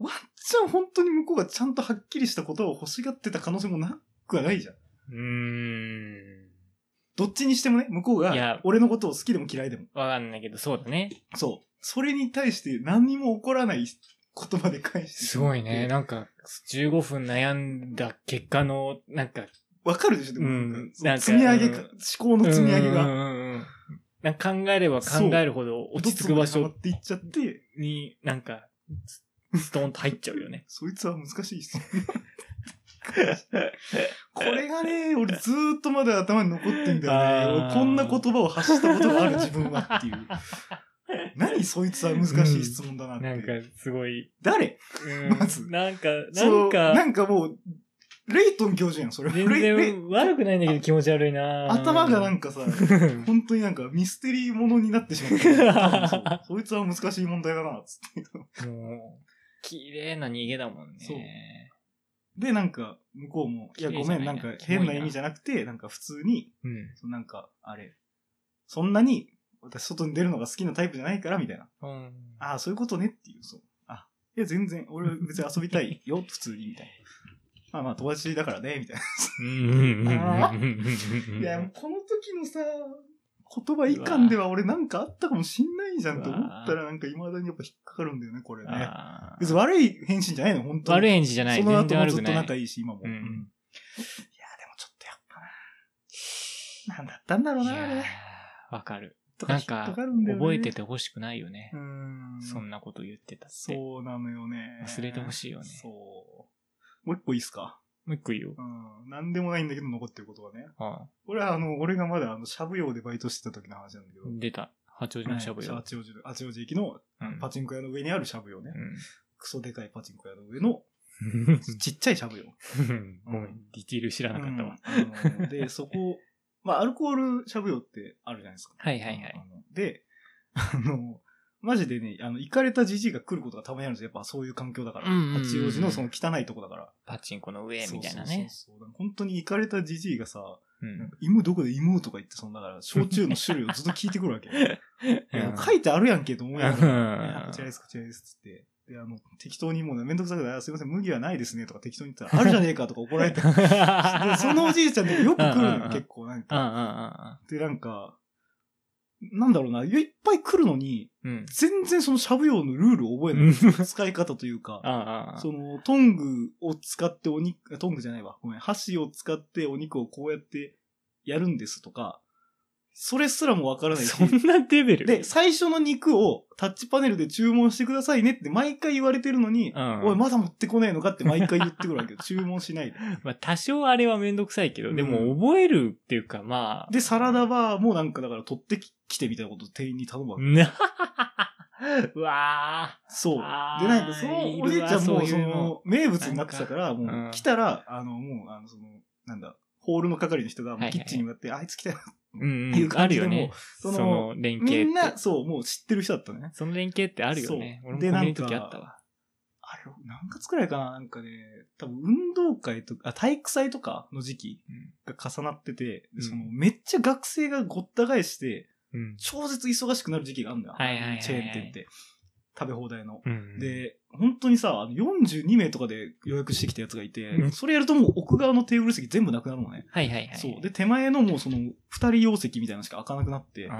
Speaker 2: ワンチャン本当に向こうがちゃんとはっきりしたことを欲しがってた可能性もなくはないじゃん。
Speaker 1: うーん。
Speaker 2: どっちにしてもね、向こう
Speaker 1: いや
Speaker 2: が、俺のことを好きでも嫌いでも。
Speaker 1: わかんないけど、そうだね。
Speaker 2: そう。それに対して何にも起こらない言葉で返して。
Speaker 1: すごいね。。なんか、15分悩んだ結果の、なんか、
Speaker 2: わかるでしょ、でも
Speaker 1: うん
Speaker 2: なんかそ
Speaker 1: なん
Speaker 2: の
Speaker 1: か
Speaker 2: 積み上げか、
Speaker 1: うん
Speaker 2: 思考の積み上げ
Speaker 1: うん
Speaker 2: が、
Speaker 1: うんうんなんか考えれば考えるほど落ち着く場
Speaker 2: どつぼにはま
Speaker 1: 所
Speaker 2: っていっちゃって、
Speaker 1: に、なんか、ストーンと入っちゃうよね。
Speaker 2: そいつは難しいっすね。これがね、俺ずーっとまだ頭に残ってんだよね。
Speaker 1: あー
Speaker 2: 俺こんな言葉を発したことがある自分はっていう。何そいつは難しい質問だなって。
Speaker 1: なんか、すごい、
Speaker 2: 誰
Speaker 1: うん
Speaker 2: まず
Speaker 1: なんか、
Speaker 2: そ
Speaker 1: なん
Speaker 2: のな
Speaker 1: か、
Speaker 2: んかもう、レイトン教授やん、それは。
Speaker 1: 全
Speaker 2: レイレイ
Speaker 1: 然悪くないんだけど気持ち悪いな
Speaker 2: 頭がなん
Speaker 1: か、
Speaker 2: かさ、本当になんかミステリーものになってしま った。多分そうそいつは難しい問題だな、つって。
Speaker 1: もう、綺麗な逃げだもんね。
Speaker 2: そうで、なんか、向こうも、いや、
Speaker 1: 綺麗
Speaker 2: ご
Speaker 1: じ
Speaker 2: め
Speaker 1: ゃ
Speaker 2: ん、
Speaker 1: な
Speaker 2: ないん
Speaker 1: な
Speaker 2: か変な意味じゃなくて、なんか普通に、
Speaker 1: うん。
Speaker 2: そのなんか、あれ、そんなに、私外に出るのが好きなタイプじゃないから、みたいな。
Speaker 1: うん。
Speaker 2: ああ、そういうことねっていう、そう。あ、いや、全然、俺別に遊びたい よ、普通に、みたいな。まあまあ、友達だからね、みたい
Speaker 1: うんうんうん
Speaker 2: あ
Speaker 1: うん
Speaker 2: な。いや、もうこの時のさ、言葉以下では俺なんかあったかもしんないじゃんと思ったら、なんか未だにやっぱ引っかかるんだよね、これね。
Speaker 1: あー
Speaker 2: 別に悪い返信じゃないの、本当に。
Speaker 1: 悪い
Speaker 2: い
Speaker 1: 返事じゃない。
Speaker 2: その
Speaker 1: 全
Speaker 2: 後
Speaker 1: 然
Speaker 2: も
Speaker 1: 悪
Speaker 2: ず
Speaker 1: く
Speaker 2: っと
Speaker 1: ない。
Speaker 2: 仲いいし、今も。
Speaker 1: うん
Speaker 2: いや、でもちょっとやっぱな。なんだったんだろう
Speaker 1: い
Speaker 2: な、
Speaker 1: や
Speaker 2: あ
Speaker 1: ー
Speaker 2: れ。
Speaker 1: わかる。
Speaker 2: とか
Speaker 1: な
Speaker 2: 引
Speaker 1: ん
Speaker 2: っ
Speaker 1: か
Speaker 2: かかるんだよね。
Speaker 1: 覚えててほしくないよね
Speaker 2: う。ん。
Speaker 1: そんなこと言ってたって。
Speaker 2: そうなのよね。
Speaker 1: 忘れてほしいよね
Speaker 2: そう。もう一個いいっすか
Speaker 1: もう一個いいよ。
Speaker 2: うん。なんでもないんだけど残ってることはね。
Speaker 1: ああ
Speaker 2: 俺はあの、俺がまだあの、しゃぶ用でバイトしてた時の話なんだけど。
Speaker 1: 出た。八王子のしゃぶよ。
Speaker 2: 八王子の、八王子駅の
Speaker 1: うん
Speaker 2: パチンコ屋の上にあるしゃぶ用ね。
Speaker 1: う
Speaker 2: クソでかいパチンコ屋の上の、
Speaker 1: ん
Speaker 2: ちっちゃいしゃぶ用。
Speaker 1: ごめん、ディティール知らなかったわ。
Speaker 2: うんあので、そこ、まあ、アルコールしゃぶ用ってあるじゃないですか。
Speaker 1: はいはいはい
Speaker 2: あの。で、 あの、マジでね、あの、行かれたじじいが来ることがたまにあるんですよ。やっぱそういう環境だから。
Speaker 1: うんうんうん
Speaker 2: 八王子のその汚いとこだから。
Speaker 1: パチンコの上みたいなね。
Speaker 2: そうそうそうそう本当に行かれたじじいがさ、
Speaker 1: うん
Speaker 2: なんか芋どこで芋とか言って、その、だから、焼酎の種類をずっと聞いてくるわ け。いや
Speaker 1: うん
Speaker 2: 書いてあるやんけと思いな がら、
Speaker 1: うん
Speaker 2: いやこちらです、こちらですっつって。で、あの、適当にもうめんどくさくて、あすいません、麦はないですねとか適当に言ったら、あるじゃねえかとか怒ら れて、でそのおじいちゃんでよく来
Speaker 1: うんう
Speaker 2: る
Speaker 1: ん
Speaker 2: の
Speaker 1: うん
Speaker 2: よ、結構なん
Speaker 1: うんうん
Speaker 2: か。で、なんか、なんだろうな、いっぱい来るのに、
Speaker 1: うんうん。うん。
Speaker 2: 全然そのしゃぶ用のルールを覚え
Speaker 1: う
Speaker 2: なん い。その使い方というか、
Speaker 1: ああ。
Speaker 2: その、トングを使ってお肉、トングじゃないわ、ごめん、箸を使ってお肉をこうやってやるんですとか、それすらもわからないし
Speaker 1: そんなレベル
Speaker 2: で、最初の肉をタッチパネルで注文してくださいねって毎回言われてるのに、
Speaker 1: うん
Speaker 2: おい、まだ持ってこねえのかって毎回言ってくるわけよ。注文しないで。
Speaker 1: まあ多少あれはめんどくさいけど、で
Speaker 2: う
Speaker 1: も
Speaker 2: ん
Speaker 1: 覚えるっていうかまあ。
Speaker 2: で、サラダバーもなんかだから取ってき来てみたいなことを店員に頼むわけ。
Speaker 1: なうわ
Speaker 2: そう。で、
Speaker 1: あー
Speaker 2: なんかそのおじいちゃんも
Speaker 1: いるわそう
Speaker 2: そ
Speaker 1: いうの
Speaker 2: の名物になってたから、
Speaker 1: んか
Speaker 2: も
Speaker 1: うん
Speaker 2: う来たら、あの、もう、あの、その、なんだ、ホールの係の人が
Speaker 1: はいはい
Speaker 2: もうキッチンに向かって、あいつ来たよ
Speaker 1: ーうん
Speaker 2: っ
Speaker 1: う。
Speaker 2: ていうん
Speaker 1: あ
Speaker 2: 感
Speaker 1: る
Speaker 2: じで
Speaker 1: よ
Speaker 2: もう
Speaker 1: ね。そ
Speaker 2: その
Speaker 1: の連携
Speaker 2: み
Speaker 1: って
Speaker 2: んな、そう、もう知ってる人だったのね。
Speaker 1: その連携ってあるよね。
Speaker 2: そう
Speaker 1: 俺も
Speaker 2: で
Speaker 1: コ
Speaker 2: なんか
Speaker 1: ミュニティあったわ。
Speaker 2: あれ、何月くらいかななんかね、多分運動会とか、あ体育祭とかの時期が重なってて、
Speaker 1: うん
Speaker 2: そのめっちゃ学生がごった返して、
Speaker 1: うん。
Speaker 2: 超絶忙しくなる時期があるんだよ。
Speaker 1: はいはいはいはい
Speaker 2: チェーン店って。食べ放題の。
Speaker 1: うん、
Speaker 2: で、本当にさ、あの42名とかで予約してきたやつがいて、
Speaker 1: うん
Speaker 2: それやるともう奥側のテーブル席全部なくなるのね。
Speaker 1: はいはいはい。
Speaker 2: そう。で、手前のもうその2人用席みたいなのしか開かなくなって、
Speaker 1: う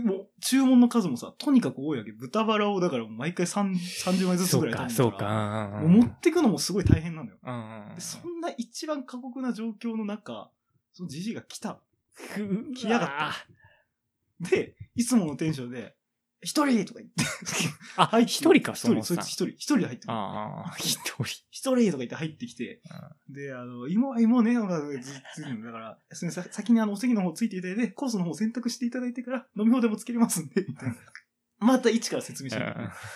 Speaker 1: ん
Speaker 2: で、もう注文の数もさ、とにかく多いわけ。豚バラをだからもう毎回3 30枚ずつ
Speaker 1: そ
Speaker 2: ぐ
Speaker 1: う
Speaker 2: らい
Speaker 1: か、
Speaker 2: 頼
Speaker 1: そ
Speaker 2: む
Speaker 1: うか。うん
Speaker 2: もう持ってくのもすごい大変なのよ。
Speaker 1: うんうん
Speaker 2: でそんな一番過酷な状況の中、そのじじいが来た。
Speaker 1: く
Speaker 2: 来やがったで、いつものテンションで、一人とか言って。
Speaker 1: あ、
Speaker 2: 入って
Speaker 1: 一人か、
Speaker 2: 一
Speaker 1: その
Speaker 2: 人、
Speaker 1: おっ
Speaker 2: そ
Speaker 1: さ
Speaker 2: い
Speaker 1: ん
Speaker 2: つ一人、一人で入ってくる。
Speaker 1: ああ、一人。
Speaker 2: 一人とか言って入ってきて、で、あの、芋は芋ねえのがずついてるのだから、すみません、先にあの、お席の方ついていただいて、コースの方選択していただいてから、飲み放題もつけれますん で、みたいな。また一から説明してる。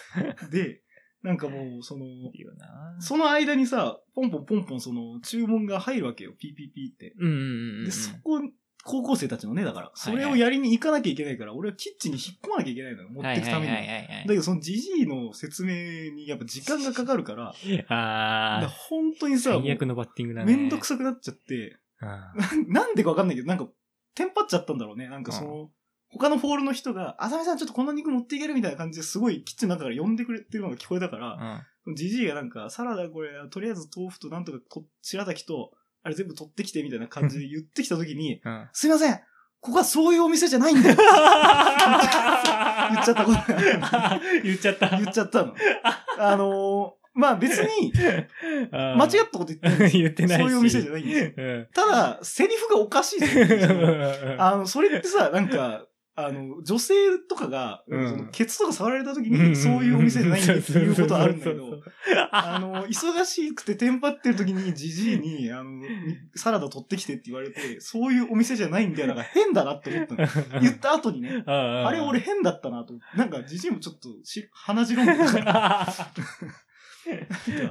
Speaker 2: で、なんかもう、その、
Speaker 1: いいよな。
Speaker 2: その間にさ、ポンポンポンポン、その、注文が入るわけよ、PPP って。
Speaker 1: うんうんうんうん。
Speaker 2: で、そこ、高校生たちのね、だから、
Speaker 1: はい
Speaker 2: そ
Speaker 1: はい
Speaker 2: れをやりに行かなきゃいけないから、俺はキッチンに引っ込まなきゃいけないのよ、持っていくために。
Speaker 1: はい
Speaker 2: だ
Speaker 1: はいはい
Speaker 2: けど、そのジジイの説明にやっぱ時間がかかるから、
Speaker 1: はい。あ
Speaker 2: だから
Speaker 1: あ。
Speaker 2: 本当にさ、も
Speaker 1: 最悪
Speaker 2: う
Speaker 1: のバッティングだね。
Speaker 2: めんどくさくなっちゃって、
Speaker 1: あ
Speaker 2: なんでかわかんないけど、なんか、テンパっちゃったんだろうね。なんかその、他のフォールの人が、あさみさんちょっとこの肉持っていけるみたいな感じですごいキッチンの中から呼んでくれてるのが聞こえたから、
Speaker 1: あ。、
Speaker 2: ジジイがなんか、サラダこれ、とりあえず豆腐となんとかと、白滝と、あれ全部取ってきてみたいな感じで言ってきたとき に
Speaker 1: うん。うん。
Speaker 2: すいませんここはそういうお店じゃないんだよ 言っちゃったこと
Speaker 1: 言っちゃった。
Speaker 2: 言っちゃ ったの。あのー、まあ別に、間
Speaker 1: 間
Speaker 2: 違ったこと言ってないんですよ。
Speaker 1: 言ってないし。
Speaker 2: そういうお店じゃ
Speaker 1: ゃ
Speaker 2: ないんですよ。
Speaker 1: うん。
Speaker 2: ただ、セリフがおかしいです よ。あの、それってさ、なんか、あの、女性とかが、
Speaker 1: うん
Speaker 2: そのケツとか触られた時
Speaker 1: ん
Speaker 2: に、そういうお店じゃないんだっていうことはあるんだけ
Speaker 1: そうそう
Speaker 2: ど
Speaker 1: そ、
Speaker 2: あの、忙しくてテンパってる時にじじいに、あの、サラダ取ってきてって言われて、そういうお店じゃないんだよ。なんか変だなって思った の。言った後にね、あ
Speaker 1: あ
Speaker 2: れ俺。変だったなと思って。なんかじじいもちょっとし鼻白んでた から。
Speaker 1: あ
Speaker 2: う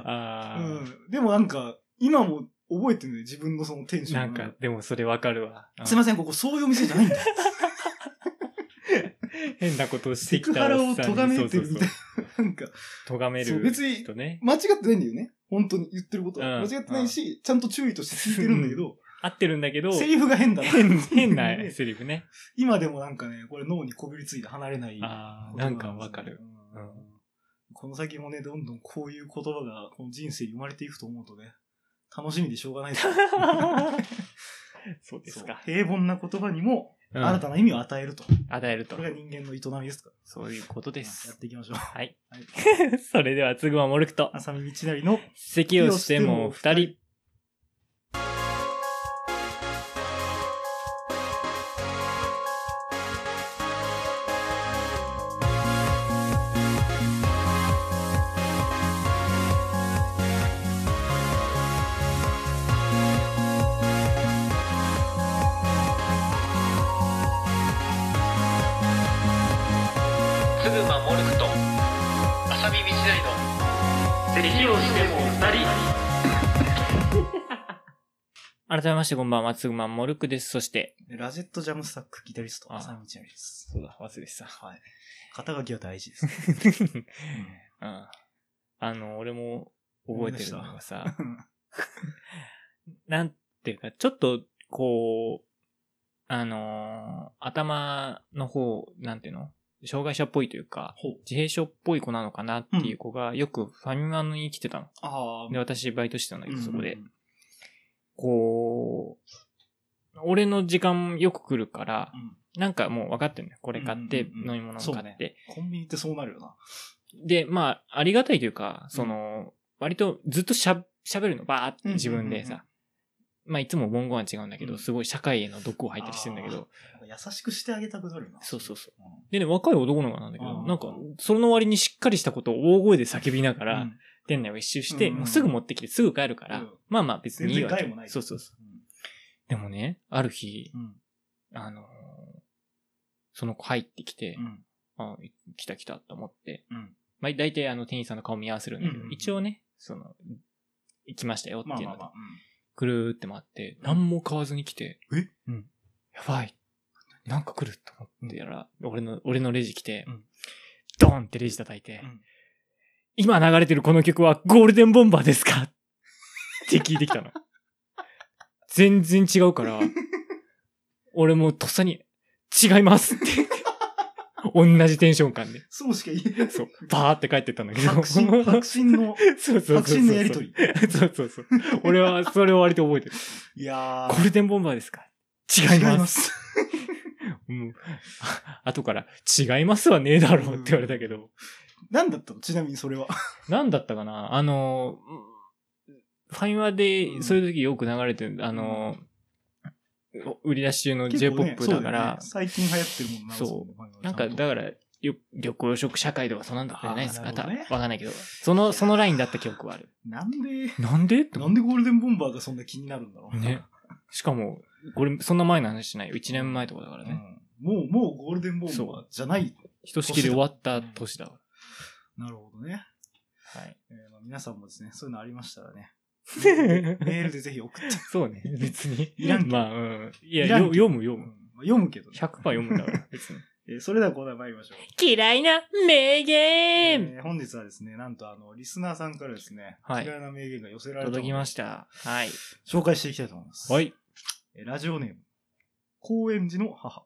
Speaker 1: あ。
Speaker 2: ん。でもなんか、今も覚えてるね、自分のそのテンショ
Speaker 1: な
Speaker 2: ン
Speaker 1: ん
Speaker 2: が
Speaker 1: か、でもそれわかるわ。
Speaker 2: すいません、ここそういうお店じゃないんだよ。
Speaker 1: 変なことをして
Speaker 2: セ
Speaker 1: き
Speaker 2: ク
Speaker 1: た
Speaker 2: ハラ
Speaker 1: お
Speaker 2: を
Speaker 1: っさん
Speaker 2: 咎
Speaker 1: に
Speaker 2: めてるみたいな。なんか、
Speaker 1: そうそうそう咎め
Speaker 2: そう
Speaker 1: る
Speaker 2: 別に
Speaker 1: 人ね。
Speaker 2: 間違ってないんだよね。本当に言ってることは。
Speaker 1: うん
Speaker 2: 間違ってないし、ちゃんと注意として聞いてるんだけど、
Speaker 1: 合ってるんだけど、
Speaker 2: セリフが変だな。
Speaker 1: 変変なセリフね。
Speaker 2: 今でもなんかね、これ脳にこびりついて離れない。
Speaker 1: ああ、なんかわかる。。
Speaker 2: う
Speaker 1: うん
Speaker 2: ん。この先もね、どんどんこういう言葉がこの人生に生まれていくと思うとね、楽しみでしょうがないですよ
Speaker 1: そう です
Speaker 2: そう
Speaker 1: か。
Speaker 2: 平凡な言葉にも
Speaker 1: うん
Speaker 2: 新たな意味を与えると。
Speaker 1: 与えると
Speaker 2: こ。れが人間の営みですから。
Speaker 1: そういうことで
Speaker 2: やっ
Speaker 1: す。
Speaker 2: ていきましょう。
Speaker 1: はい。
Speaker 2: はい。
Speaker 1: それでは、つぐはモルクと、
Speaker 2: 浅見道成の
Speaker 1: 席をしても二人。
Speaker 3: すぐまモルクと浅見道大の咳をしても二人
Speaker 1: 改めまして、こんばんは、つぐまモルクです。そして、
Speaker 2: ラジェットジャムスタックギタリスト、
Speaker 1: あ
Speaker 2: 浅見道成です。
Speaker 1: そうだ、忘れてた。
Speaker 2: はい。肩書きは大 事です。
Speaker 1: うん。あの、俺も覚えてるのがさ、なんていうか、ちょっと、こう、あのー頭の方、なんていうの障害者っぽいというか、
Speaker 2: ほう。
Speaker 1: 自閉症っぽい子なのかなっていう子が、よくファミマに来てたの。
Speaker 2: ああ
Speaker 1: で、私バイトしてたんだけど、そこで。
Speaker 2: うんうん
Speaker 1: こう、俺の時間よく来るから
Speaker 2: う、ん
Speaker 1: なんかもう分かってんだよ。これ買って、
Speaker 2: うんうんうん
Speaker 1: 飲み物
Speaker 2: そう
Speaker 1: 買
Speaker 2: ね
Speaker 1: って。
Speaker 2: コンビニってそうなるよな。
Speaker 1: で、まあ、ありがたいというか、その、割とずっとしゃ、喋るの、ばーって自分で
Speaker 2: うんうんうんうん
Speaker 1: さ。まあ、いつも文言は違うんだけ
Speaker 2: う
Speaker 1: ど、
Speaker 2: ん
Speaker 1: すごい社会への毒を吐いたりしてんだけ
Speaker 2: あ
Speaker 1: ど、
Speaker 2: 優しくしてあげたくなるな。
Speaker 1: そうそうそ
Speaker 2: うん。
Speaker 1: でね、若い男の子なんだけど
Speaker 2: あ、ー
Speaker 1: なんか、その割にしっかりしたことを大声で叫びなが、
Speaker 2: から
Speaker 1: 店内を一周して、
Speaker 2: うんうん
Speaker 1: もうすぐ持ってきて、すぐ帰るから、
Speaker 2: うん
Speaker 1: まあまあ別にいいわ
Speaker 2: 全然
Speaker 1: け
Speaker 2: 害もない
Speaker 1: そうそうそう。でもね、ある日、
Speaker 2: うん。
Speaker 1: あのーその子入ってきて
Speaker 2: う、ん。
Speaker 1: あ来た来たと思って、
Speaker 2: うん。
Speaker 1: まあ、大体あの店員さんの顔見合わせるんだけ
Speaker 2: うん
Speaker 1: ど
Speaker 2: う、んうん
Speaker 1: 一応ね、その、行きましたよっ
Speaker 2: まあ
Speaker 1: ていう
Speaker 2: まあ
Speaker 1: ので
Speaker 2: ま、あ。
Speaker 1: ぐるーって回って、何も買わずに来て、
Speaker 2: え
Speaker 1: うん。やばい。なんか来ると思ってやら、俺の、俺のレジ来て、
Speaker 2: うん
Speaker 1: ドーンってレジ叩いて、
Speaker 2: うん
Speaker 1: 今流れてるこの曲はゴールデンボンバーですかって聞いてきた の。全然違うから、俺もうとっさに、違いますって。同じテンション感で。
Speaker 2: そうしか言 えない。
Speaker 1: そう。バーって帰ってったんだけど。
Speaker 2: 白真、白真の、
Speaker 1: そうそうそうそう。
Speaker 2: 白真のやり とり。
Speaker 1: そうそうそう。俺は、それを割と覚えてる。
Speaker 2: いや
Speaker 1: ゴ
Speaker 2: ー。
Speaker 1: ールデンボンバーですか違います。
Speaker 2: す。
Speaker 1: うん。あ後から、違いますはねえだろうって言われたけど。
Speaker 2: 何だったのちなみにそれは。
Speaker 1: なんだったかなあの、ファイマー
Speaker 2: う
Speaker 1: で、
Speaker 2: ん
Speaker 1: そういう時よく流れてる、あの、売り出し中の
Speaker 2: 結構ね
Speaker 1: J-POP だから、
Speaker 2: そうだよね最近流行ってるもんな。
Speaker 1: そう
Speaker 2: の番組
Speaker 1: なんか、だから、よ旅行食社会とかそんなんだったじゃないです
Speaker 2: あ
Speaker 1: か。
Speaker 2: ー
Speaker 1: た
Speaker 2: なる
Speaker 1: わ、
Speaker 2: ほどね
Speaker 1: かんないけど。その、そのラインだった記憶はある。
Speaker 2: なんで、
Speaker 1: なんでって思
Speaker 2: なんでゴールデンボンバーがそんな気になるんだろ
Speaker 1: う
Speaker 2: う。
Speaker 1: ね。しかも、これ、そんな前の話しないよ。1年前とかだから
Speaker 2: う
Speaker 1: ね。
Speaker 2: ん。もう、もうゴールデンボンバーじゃない。
Speaker 1: ひとしきり終わった年だわ。
Speaker 2: なるほどね。
Speaker 1: はい。
Speaker 2: えーまあ皆さんもですね、そういうのありましたらね、メールでぜひ送って。
Speaker 1: そうね、別に。
Speaker 2: いらんけど
Speaker 1: まあ、うん。いや、
Speaker 2: いらん
Speaker 1: よ
Speaker 2: けど
Speaker 1: 読む、読
Speaker 2: うん
Speaker 1: む。
Speaker 2: まあ読むけどね。
Speaker 1: 100%読むんだから、別に。
Speaker 2: えーそれではコーナー参りましょう。
Speaker 1: 嫌いな名言
Speaker 2: えー本日はですね、なんとあの、リスナーさんからですね、
Speaker 1: はい
Speaker 2: 嫌いな名言が寄せられたので
Speaker 1: 届きました。はい。
Speaker 2: 紹介していきたいと思います。
Speaker 1: は。い。
Speaker 2: えーラジオネーム、高円寺の母。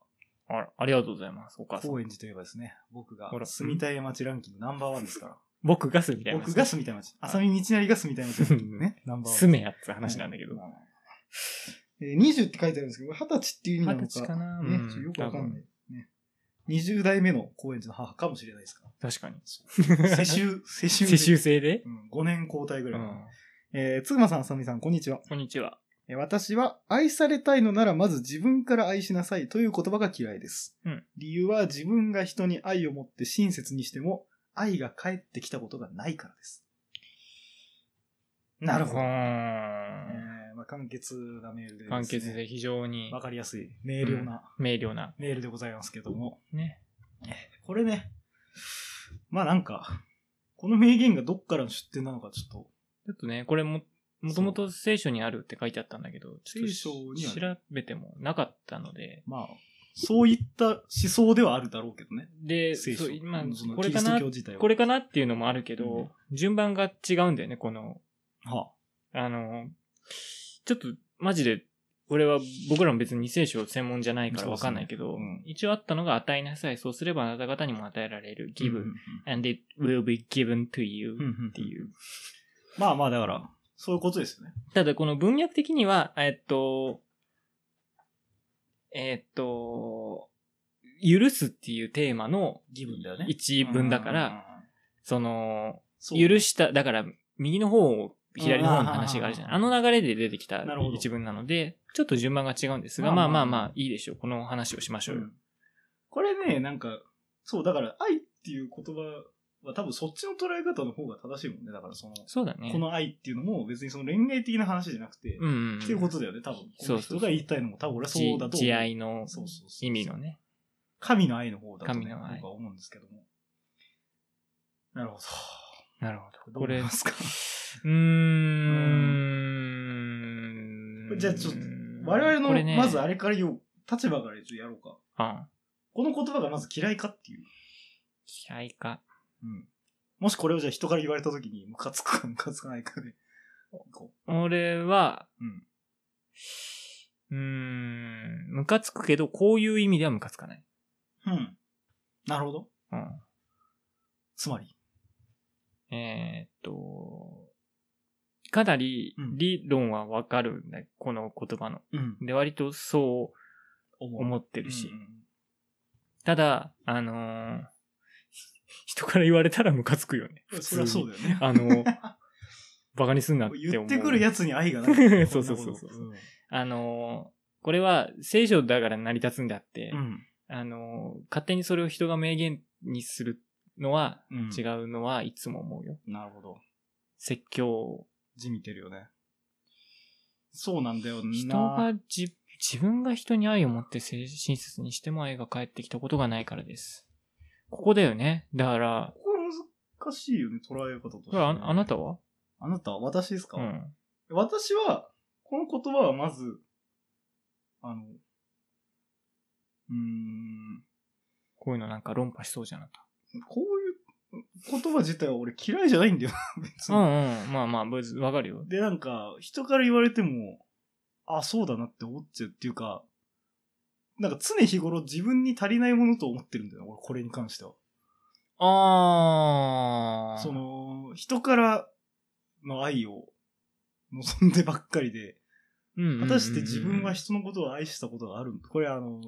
Speaker 1: あら、ありがとうございます。お母さん。
Speaker 2: 高円寺といえばですね、僕が
Speaker 1: ほら
Speaker 2: 住みたい街ランキングナンバーワンですから。
Speaker 1: 僕が住みたいな。
Speaker 2: 僕が住みたい街。浅見道成が住みたい街ランキングね、ナンバーワン。
Speaker 1: 住めやって話なんだけど。
Speaker 2: はい。えー、20って書いてあるんですけど、これ20歳っていう意味なのか。
Speaker 1: 二十歳かな
Speaker 2: ね
Speaker 1: うん
Speaker 2: ちょっとよくわかんない。ね。20代目の高円寺の母かもしれないですから。
Speaker 1: 確 かに。
Speaker 2: 世襲、世襲。
Speaker 1: 世襲。制で
Speaker 2: うん、5年交代ぐ
Speaker 1: う
Speaker 2: らい。
Speaker 1: ん。
Speaker 2: えー、つぐまさん、あさみさん、こんにちは。
Speaker 1: こんにちは。
Speaker 2: えー私は、愛されたいのならまず自分から愛しなさいという言葉が嫌いです。
Speaker 1: うん
Speaker 2: 理由は自分が人に愛を持って親切にしても、愛が返ってきたことがないからです。なるほど。
Speaker 1: う
Speaker 2: え
Speaker 1: ん
Speaker 2: ーまあ、簡潔なメールでです、ね。
Speaker 1: 簡潔で非常に
Speaker 2: わかりやすい、明瞭な
Speaker 1: 明瞭な。
Speaker 2: メールでございますけども。
Speaker 1: ね。
Speaker 2: これね、まあなんか、この名言がどっからの出典なのかちょっと、
Speaker 1: ちょっとね、これも、もともと聖書にあるって書いてあったんだけど、ちょっと
Speaker 2: 聖書には
Speaker 1: 調べてもなかったので、
Speaker 2: まあ、そういった思想ではあるだろうけどね。
Speaker 1: で、
Speaker 2: 聖書
Speaker 1: そう、今
Speaker 2: その、
Speaker 1: これか
Speaker 2: キリス
Speaker 1: な
Speaker 2: ト教、自体は。
Speaker 1: これかなっていうのもあるけ
Speaker 2: う
Speaker 1: ど
Speaker 2: ん、
Speaker 1: 順番が違うんだよね、この、
Speaker 2: は
Speaker 1: あの、ちょっと、マジで、俺は、僕らも別に聖書専門じゃないからわかんないけ
Speaker 2: そ
Speaker 1: ど、
Speaker 2: うですねうん
Speaker 1: 一応あったのが与えなさい、そうすればあなた方にも与えられる、
Speaker 2: あ、
Speaker 1: give、and it will be given to you
Speaker 2: うんうんうん
Speaker 1: っていう。
Speaker 2: まあまあだから、そういうことですよね。
Speaker 1: ただこの文脈的には、えっと、えっと、許すっていうテーマの
Speaker 2: 義分だよね
Speaker 1: 一文だから、、その、
Speaker 2: そう
Speaker 1: 許した、だから右の方を左の方の話があるじゃない。
Speaker 2: う
Speaker 1: あ
Speaker 2: んうんうん
Speaker 1: の流れで出てきた
Speaker 2: なるほど
Speaker 1: 一文なので、ちょっと順番が違うんですが、
Speaker 2: ま
Speaker 1: ま
Speaker 2: あ
Speaker 1: あ
Speaker 2: ま
Speaker 1: ま
Speaker 2: あ
Speaker 1: あ
Speaker 2: まあ
Speaker 1: まあいいでしょう。この話をしましょうよ。
Speaker 2: これね、なんか、そう、だから、愛っていう言葉は多分そっちの捉え方の方が正しいもんね。だからその、
Speaker 1: そうだね。
Speaker 2: この愛っていうのも別にその恋愛的な話じゃなくて、
Speaker 1: うんうんうん。
Speaker 2: っていうことだよね、多分。こ
Speaker 1: そ
Speaker 2: の
Speaker 1: うそうそ
Speaker 2: 人
Speaker 1: う
Speaker 2: が言いたいのも多分俺はそうだと思う。
Speaker 1: 慈愛の
Speaker 2: そうそうそう
Speaker 1: 意味のね。
Speaker 2: 神の愛の方だと、ね、
Speaker 1: 神の愛
Speaker 2: 僕は思うんですけども。なるほ
Speaker 1: なるほ
Speaker 2: ど。
Speaker 1: ど。
Speaker 2: どう
Speaker 1: こ
Speaker 2: 思い
Speaker 1: れ
Speaker 2: ま、すか
Speaker 1: うーん。
Speaker 2: じゃあちょっと我々
Speaker 1: これ
Speaker 2: の、
Speaker 1: ね
Speaker 2: まずあれから言おう。立場からやろうか。
Speaker 1: あ
Speaker 2: この言葉がまず嫌いかっていう。
Speaker 1: 嫌いか。
Speaker 2: うん。もしこれをじゃあ人から言われた時に、ムカつくかムカつかないかで、こ
Speaker 1: 俺は、う
Speaker 2: う。うん。
Speaker 1: ーん、ムカつくけど、こういう意味ではムカつかない。
Speaker 2: うん。なるほど。
Speaker 1: うん。
Speaker 2: つまり。
Speaker 1: えーっと、かなり
Speaker 2: うん
Speaker 1: 理論はわかるんだ、この言葉の。
Speaker 2: うん。
Speaker 1: で、割とそ
Speaker 2: 思
Speaker 1: う
Speaker 2: う。
Speaker 1: 思
Speaker 2: っ
Speaker 1: って
Speaker 2: て
Speaker 1: るし。
Speaker 2: うん
Speaker 1: ただ、あのー人から言われたらムカつくよね。普通
Speaker 2: そりゃ
Speaker 1: に。
Speaker 2: そ うだよね。
Speaker 1: あのーバカにすんなって思う。
Speaker 2: 言ってくるやつに愛がない。
Speaker 1: そうそうそう
Speaker 2: こんなこと
Speaker 1: あのーこれは聖書だから成り立つんであって、
Speaker 2: うん。
Speaker 1: あのー勝手にそれを人が名言にするのは、
Speaker 2: うん。
Speaker 1: 違うのはいつも思うよ。
Speaker 2: なるほど。
Speaker 1: 説教。
Speaker 2: 字見てるよね。そうなんだよな。
Speaker 1: 人がじ、自分が人に愛を持ってせ親切にしても愛が返ってきたことがないからです。ここだよね。だから、
Speaker 2: ここ難しいよね、捉え方として、
Speaker 1: これああなたは
Speaker 2: あなた、私ですか、
Speaker 1: うん。
Speaker 2: 私は、この言葉はまず、あの、うーん、
Speaker 1: こういうのなんか論破しそうじゃなかっ
Speaker 2: こういう言葉自体は俺嫌いじゃないんだよ、 別
Speaker 1: た。う
Speaker 2: に。
Speaker 1: んうん。まあまあ、ぶつわかるよ。
Speaker 2: で、なんか、人から言われても、あ、そうだなって思っちゃうっていうか、なんか常日頃自分に足りないものと思ってるんだよ、俺、これに関しては。
Speaker 1: あー。
Speaker 2: その、人からの愛を望んでばっかりで、
Speaker 1: うんうんうんうん、
Speaker 2: 果たして自分は人のことを愛したことがあるこれあの、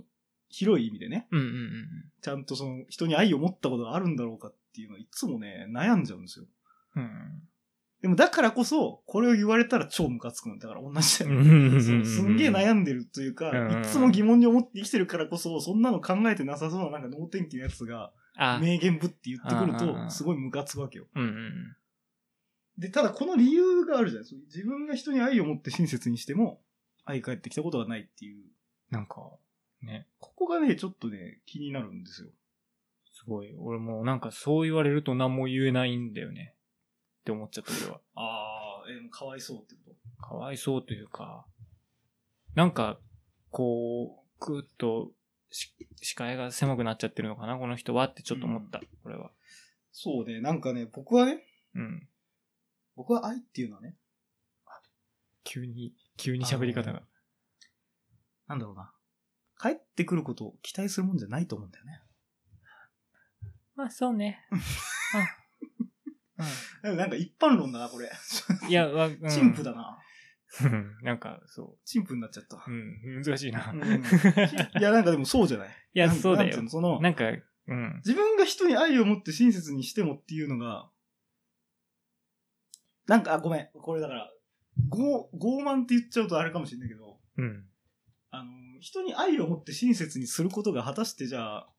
Speaker 2: 広い意味でね、
Speaker 1: うんうんうん
Speaker 2: ちゃんとその人に愛を持ったことがあるんだろうかっていうのはいつもね、悩んじゃうんですよ。
Speaker 1: うん。
Speaker 2: でもだからこそ、これを言われたら超ムカつくの。だから同じだよね。
Speaker 1: うん。
Speaker 2: そうすんげえ
Speaker 1: む。
Speaker 2: 悩んでるというか、
Speaker 1: うん
Speaker 2: いつも疑問に思って生きてるからこそ、そんなの考えてなさそうななんか脳天気のやつが、
Speaker 1: あ、
Speaker 2: 名言ぶって言ってくる
Speaker 1: うんうんう
Speaker 2: と、
Speaker 1: ん
Speaker 2: すごいムカつくわけよ。
Speaker 1: うんうん。
Speaker 2: で、ただこの理由があるじゃないですか。自分が人に愛を持って親切にしても、愛返ってきたことがないっていう。
Speaker 1: なんか、ね、
Speaker 2: ここがね、ちょっとね、気になるんですよ。
Speaker 1: すごい。俺もうなんかそう言われると何も言えないんだよね。って思っちゃった俺は。
Speaker 2: あえーかわいそうってこ
Speaker 1: かわいそうというか、なんか、こう、くーっとし視界が狭くなっちゃってるのかな、この人はってちょっと思った、これは。
Speaker 2: とそうね、なんかね、僕はね、
Speaker 1: うん。
Speaker 2: 僕は愛っていうのはね、
Speaker 1: 急に、急に喋り方が。
Speaker 2: なんだろうな。帰ってくることを期待するもんじゃないと思うんだよね。
Speaker 1: まあ、そうね。
Speaker 2: なんか一般論だな、これ。
Speaker 1: うん。いや、わ、うん、
Speaker 2: 陳腐だ。な。
Speaker 1: なんか、そ
Speaker 2: 陳腐になっちゃった
Speaker 1: う。。うん、難 しいな。
Speaker 2: うんいや、なんかでもそうじゃない。い
Speaker 1: いや、そうだ
Speaker 2: なんてい
Speaker 1: よ
Speaker 2: の。その、
Speaker 1: なんか、うん。
Speaker 2: 自分が人に愛を持って親切にしてもっていうのが、なんか、あごめん。これだから、ご傲慢って言っちゃうとあれかもしれないけど、
Speaker 1: うん。
Speaker 2: あの、人に愛を持って親切にすることが果たしてじゃあ、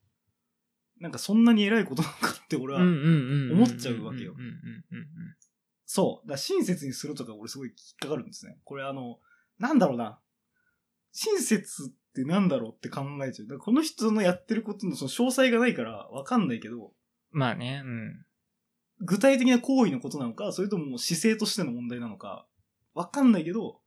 Speaker 2: なんかそんなに偉いことなのかって俺は、
Speaker 1: うんうんうん。
Speaker 2: 思っちゃうわけよ
Speaker 1: うんうんうんうん。
Speaker 2: そう。だから親切にするとか俺すごい引っかかるんですね。これあの、なんだろうな。親切ってなんだろうって考えちゃう。だからこの人のやってることのその詳細がないからわかんないけど、
Speaker 1: まあね、うん。
Speaker 2: 具体的な行為のことなのか、それとももう姿勢としての問題なのか、わかんないけど、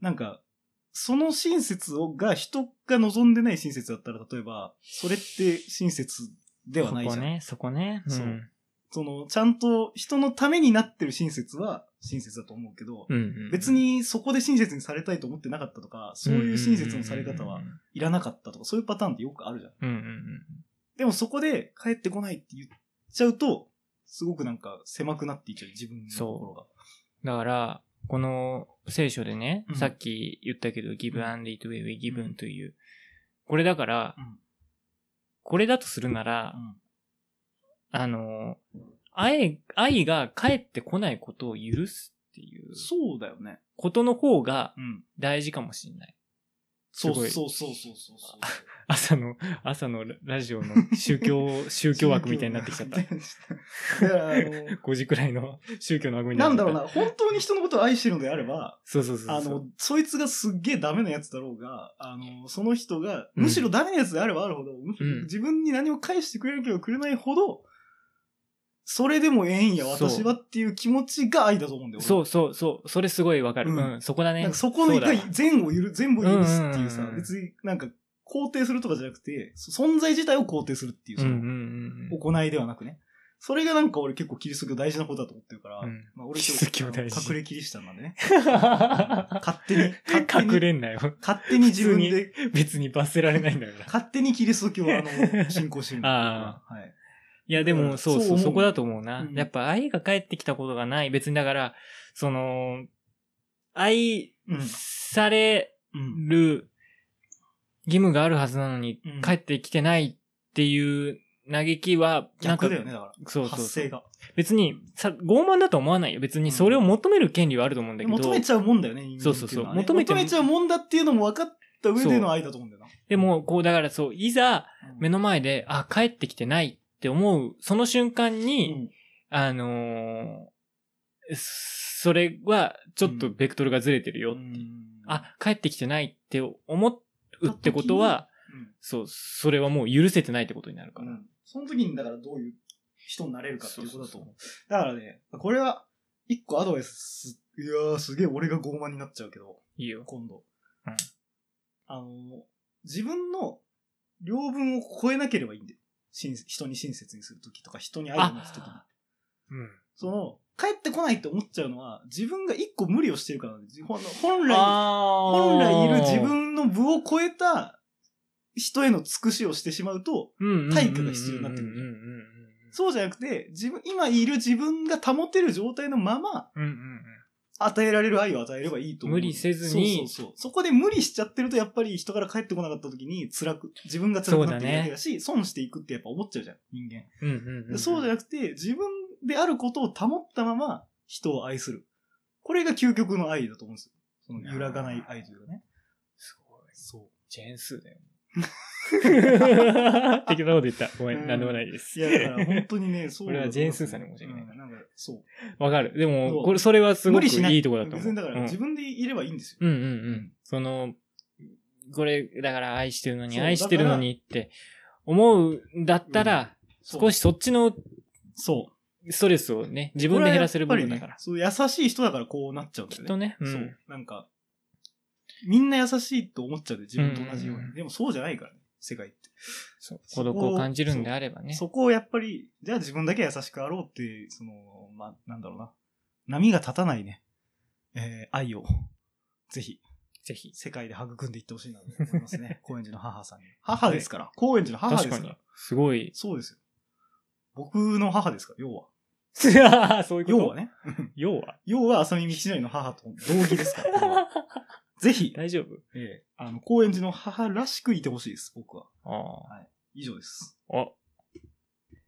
Speaker 2: なんか、その親切をが人が望んでない親切だったら、例えば、それって親切ではないじゃん。
Speaker 1: そこね、そこね。ん
Speaker 2: そうその、ちゃんと人のためになってる親切は親切だと思うけど、
Speaker 1: うんうん。
Speaker 2: 別にそこで親切にされたいと思ってなかったとか、そういう親切のされ方はいらなかったとか、そういうパターンってよくあるじゃん。
Speaker 1: うんうんうん。
Speaker 2: でもそこで帰ってこないって言っちゃうと、すごくなんか狭くなっていっちゃう、自分の心が。
Speaker 1: だから、この聖書でね、
Speaker 2: うん
Speaker 1: さっき言ったけど、give
Speaker 2: うん
Speaker 1: and it will be given という、これだから、
Speaker 2: うん
Speaker 1: これだとするなら、
Speaker 2: うん
Speaker 1: あの、愛、愛が帰ってこないことを許すっていう
Speaker 2: そうだよね。
Speaker 1: ことの方が
Speaker 2: うん。
Speaker 1: 大事かもしれない。
Speaker 2: そう
Speaker 1: すごい
Speaker 2: そうそうそうそうそう。
Speaker 1: 朝の、朝のララジオの宗 教、宗教枠みたいになってきちゃった。
Speaker 2: た。だから、あ の、
Speaker 1: 5時くらいの 宗教の枠みたい
Speaker 2: な
Speaker 1: に
Speaker 2: ん
Speaker 1: な
Speaker 2: だ
Speaker 1: っ
Speaker 2: ろう
Speaker 1: ちゃった。
Speaker 2: な、本当に人のことを愛してるのであれば、
Speaker 1: そうそうそうそう。
Speaker 2: あの、そいつがすっげえダメなやつだろうが、あの、その人が、むしろダメなやつであればあるほど、
Speaker 1: ん
Speaker 2: 自分に何も返してくれるけどくれないほど、それでもええんや、
Speaker 1: そう
Speaker 2: 私はっていう気持ちが愛だと思うんだよ。
Speaker 1: そうそうそう、それすごいわかる。う、
Speaker 2: うんん
Speaker 1: そこだね。
Speaker 2: なんかそこの一
Speaker 1: そうだ
Speaker 2: 回前後ゆる、全部許すっていう
Speaker 1: うん
Speaker 2: さ
Speaker 1: うんうん、
Speaker 2: 別になんか肯定するとかじゃなくて、そ存在自体を肯定するっていう、
Speaker 1: う
Speaker 2: そ
Speaker 1: んう
Speaker 2: の
Speaker 1: んうんうん。
Speaker 2: 行いではなくね。それがなんか俺結構キリスト教大事なことだと思ってるから、
Speaker 1: うん
Speaker 2: まあ俺
Speaker 1: キリスト教大事
Speaker 2: 隠れキリシタンなんでね。勝手に、 勝手
Speaker 1: 隠
Speaker 2: に、
Speaker 1: れんなよ。
Speaker 2: 勝手に自分
Speaker 1: 普
Speaker 2: で、
Speaker 1: 別に罰せられないんだから。い
Speaker 2: 勝手にキリスト教をあ の、信仰してるんだ
Speaker 1: あ
Speaker 2: からはい。
Speaker 1: や、でも、そう
Speaker 2: そう
Speaker 1: そ
Speaker 2: 思
Speaker 1: う、
Speaker 2: う
Speaker 1: そこだと思うな。
Speaker 2: うん
Speaker 1: やっぱ、愛が帰ってきたことがない。別に、だから、その、愛
Speaker 2: うん。
Speaker 1: され
Speaker 2: うん。
Speaker 1: る義務があるはずなのに、
Speaker 2: うん
Speaker 1: 帰ってきてないっていう嘆きは、なんか
Speaker 2: 逆だよね、だか
Speaker 1: そう
Speaker 2: ら。
Speaker 1: そう
Speaker 2: 発
Speaker 1: そ
Speaker 2: 生
Speaker 1: う。
Speaker 2: が。
Speaker 1: 別に、さ、傲慢だとは思わないよ。別に、それを求める権利はあると思うんだけど。
Speaker 2: 求めちゃうもんだよね、人間っていのはね
Speaker 1: そうそうそう求めて
Speaker 2: 求めちゃうもんだっていうのも分かった上での愛だと思うんだよな。
Speaker 1: でも、こう、だからそう、いざ、
Speaker 2: うん
Speaker 1: 目の前で、あ、帰ってきてないって思う、その瞬間に、
Speaker 2: うん
Speaker 1: あのーそれは、ちょっとベクトルがずれてるよ。
Speaker 2: うん
Speaker 1: あ、帰ってきてないって思うってことは、
Speaker 2: うん
Speaker 1: そう、それはもう許せてないってことになるから。
Speaker 2: うんその時にだからどういう人になれるかっていうことだと思う
Speaker 1: そ。
Speaker 2: だからね、これは一個アドバイス、いやーすげえ俺が傲慢になっちゃうけど、
Speaker 1: いいよ。
Speaker 2: 今度。
Speaker 1: うん
Speaker 2: あのー、自分の両分を超えなければいいんだよ。親人に親切にするときとか、人に愛を持つときに。
Speaker 1: うん。
Speaker 2: その、帰ってこないって思っちゃうのは、自分が一個無理をしてるからなんです。ほん本来、
Speaker 1: あー
Speaker 2: 本来いる自、分の部を超えた人への尽くしをしてしまうと、対価が必要になってくる
Speaker 1: うんうん
Speaker 2: そうじゃなくて、自分、今いる自分が保てる状態のまま、
Speaker 1: うんうんうんうんうん
Speaker 2: 与えられる愛を与えればいいと思う。
Speaker 1: 無理せずに
Speaker 2: そうそうそう。そこで無理しちゃってると、やっぱり人から帰ってこなかった時に辛く、自分が辛くなっているだけだし、損していくってやっぱ思っちゃうじゃん、人間。
Speaker 1: うんうんうんうんうん。
Speaker 2: そうじゃなくて、自分であることを保ったまま人を愛する。これが究極の愛だと思うんですよ。その揺らがない愛というかね。
Speaker 1: すごい。
Speaker 2: そ
Speaker 1: ジェーンスーだよ。適当なこと言った。ごめ、
Speaker 2: うんん
Speaker 1: なんでもないです。
Speaker 2: う。いや、だから本当に ね、そうだと思う。
Speaker 1: 俺はジェーンスーさんに申し訳ない
Speaker 2: うんなんか、そう。
Speaker 1: わかる。で
Speaker 2: そ
Speaker 1: も、
Speaker 2: う
Speaker 1: これ、それはすご
Speaker 2: 無
Speaker 1: く
Speaker 2: 理しない。
Speaker 1: いいとこだと思う。
Speaker 2: 別にだから、
Speaker 1: うん
Speaker 2: 自分でいればいいんですよ。
Speaker 1: うんうんうん。その、これ、だから愛してるのに、
Speaker 2: そう
Speaker 1: 愛してるのにって思うんだったら、
Speaker 2: そう
Speaker 1: 少しそっちの
Speaker 2: そう。
Speaker 1: ストレスをね、自分で減らせる部分だか
Speaker 2: これはや
Speaker 1: ら
Speaker 2: っ。ぱりね、そう、優しい人だからこうなっちゃうんだ
Speaker 1: きっ
Speaker 2: よね。
Speaker 1: とね。う
Speaker 2: そ
Speaker 1: ん
Speaker 2: う。。なんか、みんな優しいと思っちゃうで、自分と同じよ
Speaker 1: うん
Speaker 2: うに。
Speaker 1: うんうん
Speaker 2: でもそうじゃないからね、世界って。
Speaker 1: そう孤独を感じるんであればね。
Speaker 2: そこをやっぱり、じゃあ自分だけ優しくあろうっていう、その、ま、なんだろうな。波が立たないね、えー、愛を、ぜひ、
Speaker 1: ぜひ。
Speaker 2: 世界で育んでいってほしいなと思います ね。高円寺の母さんに。母ですから。高円寺の母です
Speaker 1: 確
Speaker 2: か。
Speaker 1: からに。すごい。
Speaker 2: そうですよ。僕の母ですから、要は。
Speaker 1: そういうこと
Speaker 2: 要は。ね。
Speaker 1: 要 は。
Speaker 2: 要は、浅見道成の母と同義ですから。こ れはぜひ、
Speaker 1: 大丈夫
Speaker 2: ええあの、高円寺の母らしくいてほしいです、僕は。
Speaker 1: あ
Speaker 2: 以上です。
Speaker 1: あ。あ。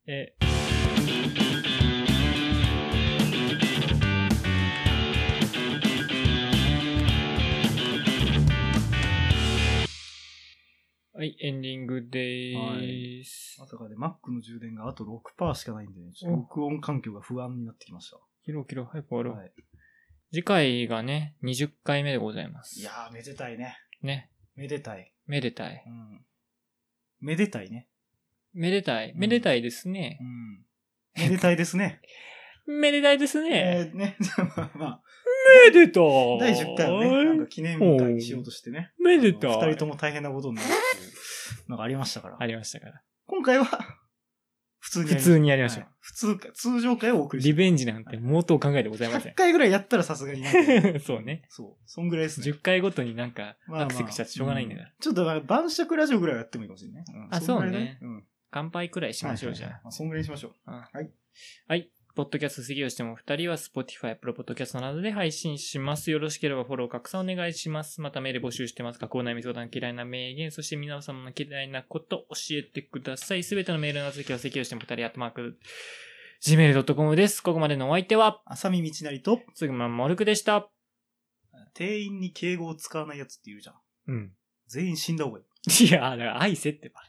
Speaker 1: え、はい、エンディングでーす
Speaker 2: ま。さかで、Mac の充電があと6%しかないんでね、ちょっと録音環境が不安になってきました。
Speaker 1: キロキロ早く終わろう。
Speaker 2: はい、
Speaker 1: 次回がね、20回目でございます。
Speaker 2: いやー、めでたいね。
Speaker 1: ね。
Speaker 2: めでたい。
Speaker 1: めでたい。
Speaker 2: うん。めでたいね。
Speaker 1: めでたい。
Speaker 2: うん
Speaker 1: めでたいですね
Speaker 2: う。ん。めでたいで すね。
Speaker 1: めでたいですね。
Speaker 2: えー、ね。 じゃあまあまあ、
Speaker 1: めでたい
Speaker 2: 第10回をね、なんか記念会にしようとしてね。
Speaker 1: めでたい。
Speaker 2: 二人とも大変なことになるっ ていうのがありましたから。
Speaker 1: ありましたから。
Speaker 2: 今回は、普通にや
Speaker 1: 普
Speaker 2: りましょう
Speaker 1: 通にやりましょう
Speaker 2: はい。普通か、通常回をお送り
Speaker 1: リベンジなんて元を考えてございませ
Speaker 2: 100
Speaker 1: ん。
Speaker 2: 回ぐらいやったらさすがになん か
Speaker 1: そうね。
Speaker 2: そう。そんぐらいですね。
Speaker 1: 10回ごとになんか
Speaker 2: まあまあ
Speaker 1: アクセクしちゃってしょうがないんだから。
Speaker 2: ちょっとなんか晩酌ラジオぐらいはやってもいいかもしれない。ん
Speaker 1: あ
Speaker 2: そんぐらい
Speaker 1: そうね
Speaker 2: うん。はい
Speaker 1: 乾杯くらいしましょうじゃ
Speaker 2: まあそんぐらいにしましょう。
Speaker 1: あ。
Speaker 2: はい
Speaker 1: はい。ポッドキャスト席をしても2人は Spotify、プロポッドキャストなどで配信します。よろしければフォロー、拡散お願いします。またメール募集してます。加工悩み相談、嫌いな名言、そして皆様の嫌いなこと教えてください。すべてのメールの席は席をしても2人、アットマーク、gmail.com です。ここまでのお相手は、
Speaker 2: 浅見道成と、
Speaker 1: すぐまんもるくでした。
Speaker 2: 店員に敬語を使わないやつって言うじゃん。
Speaker 1: うん。
Speaker 2: 全員死んだ方がいい。
Speaker 1: いや、だから愛せってば。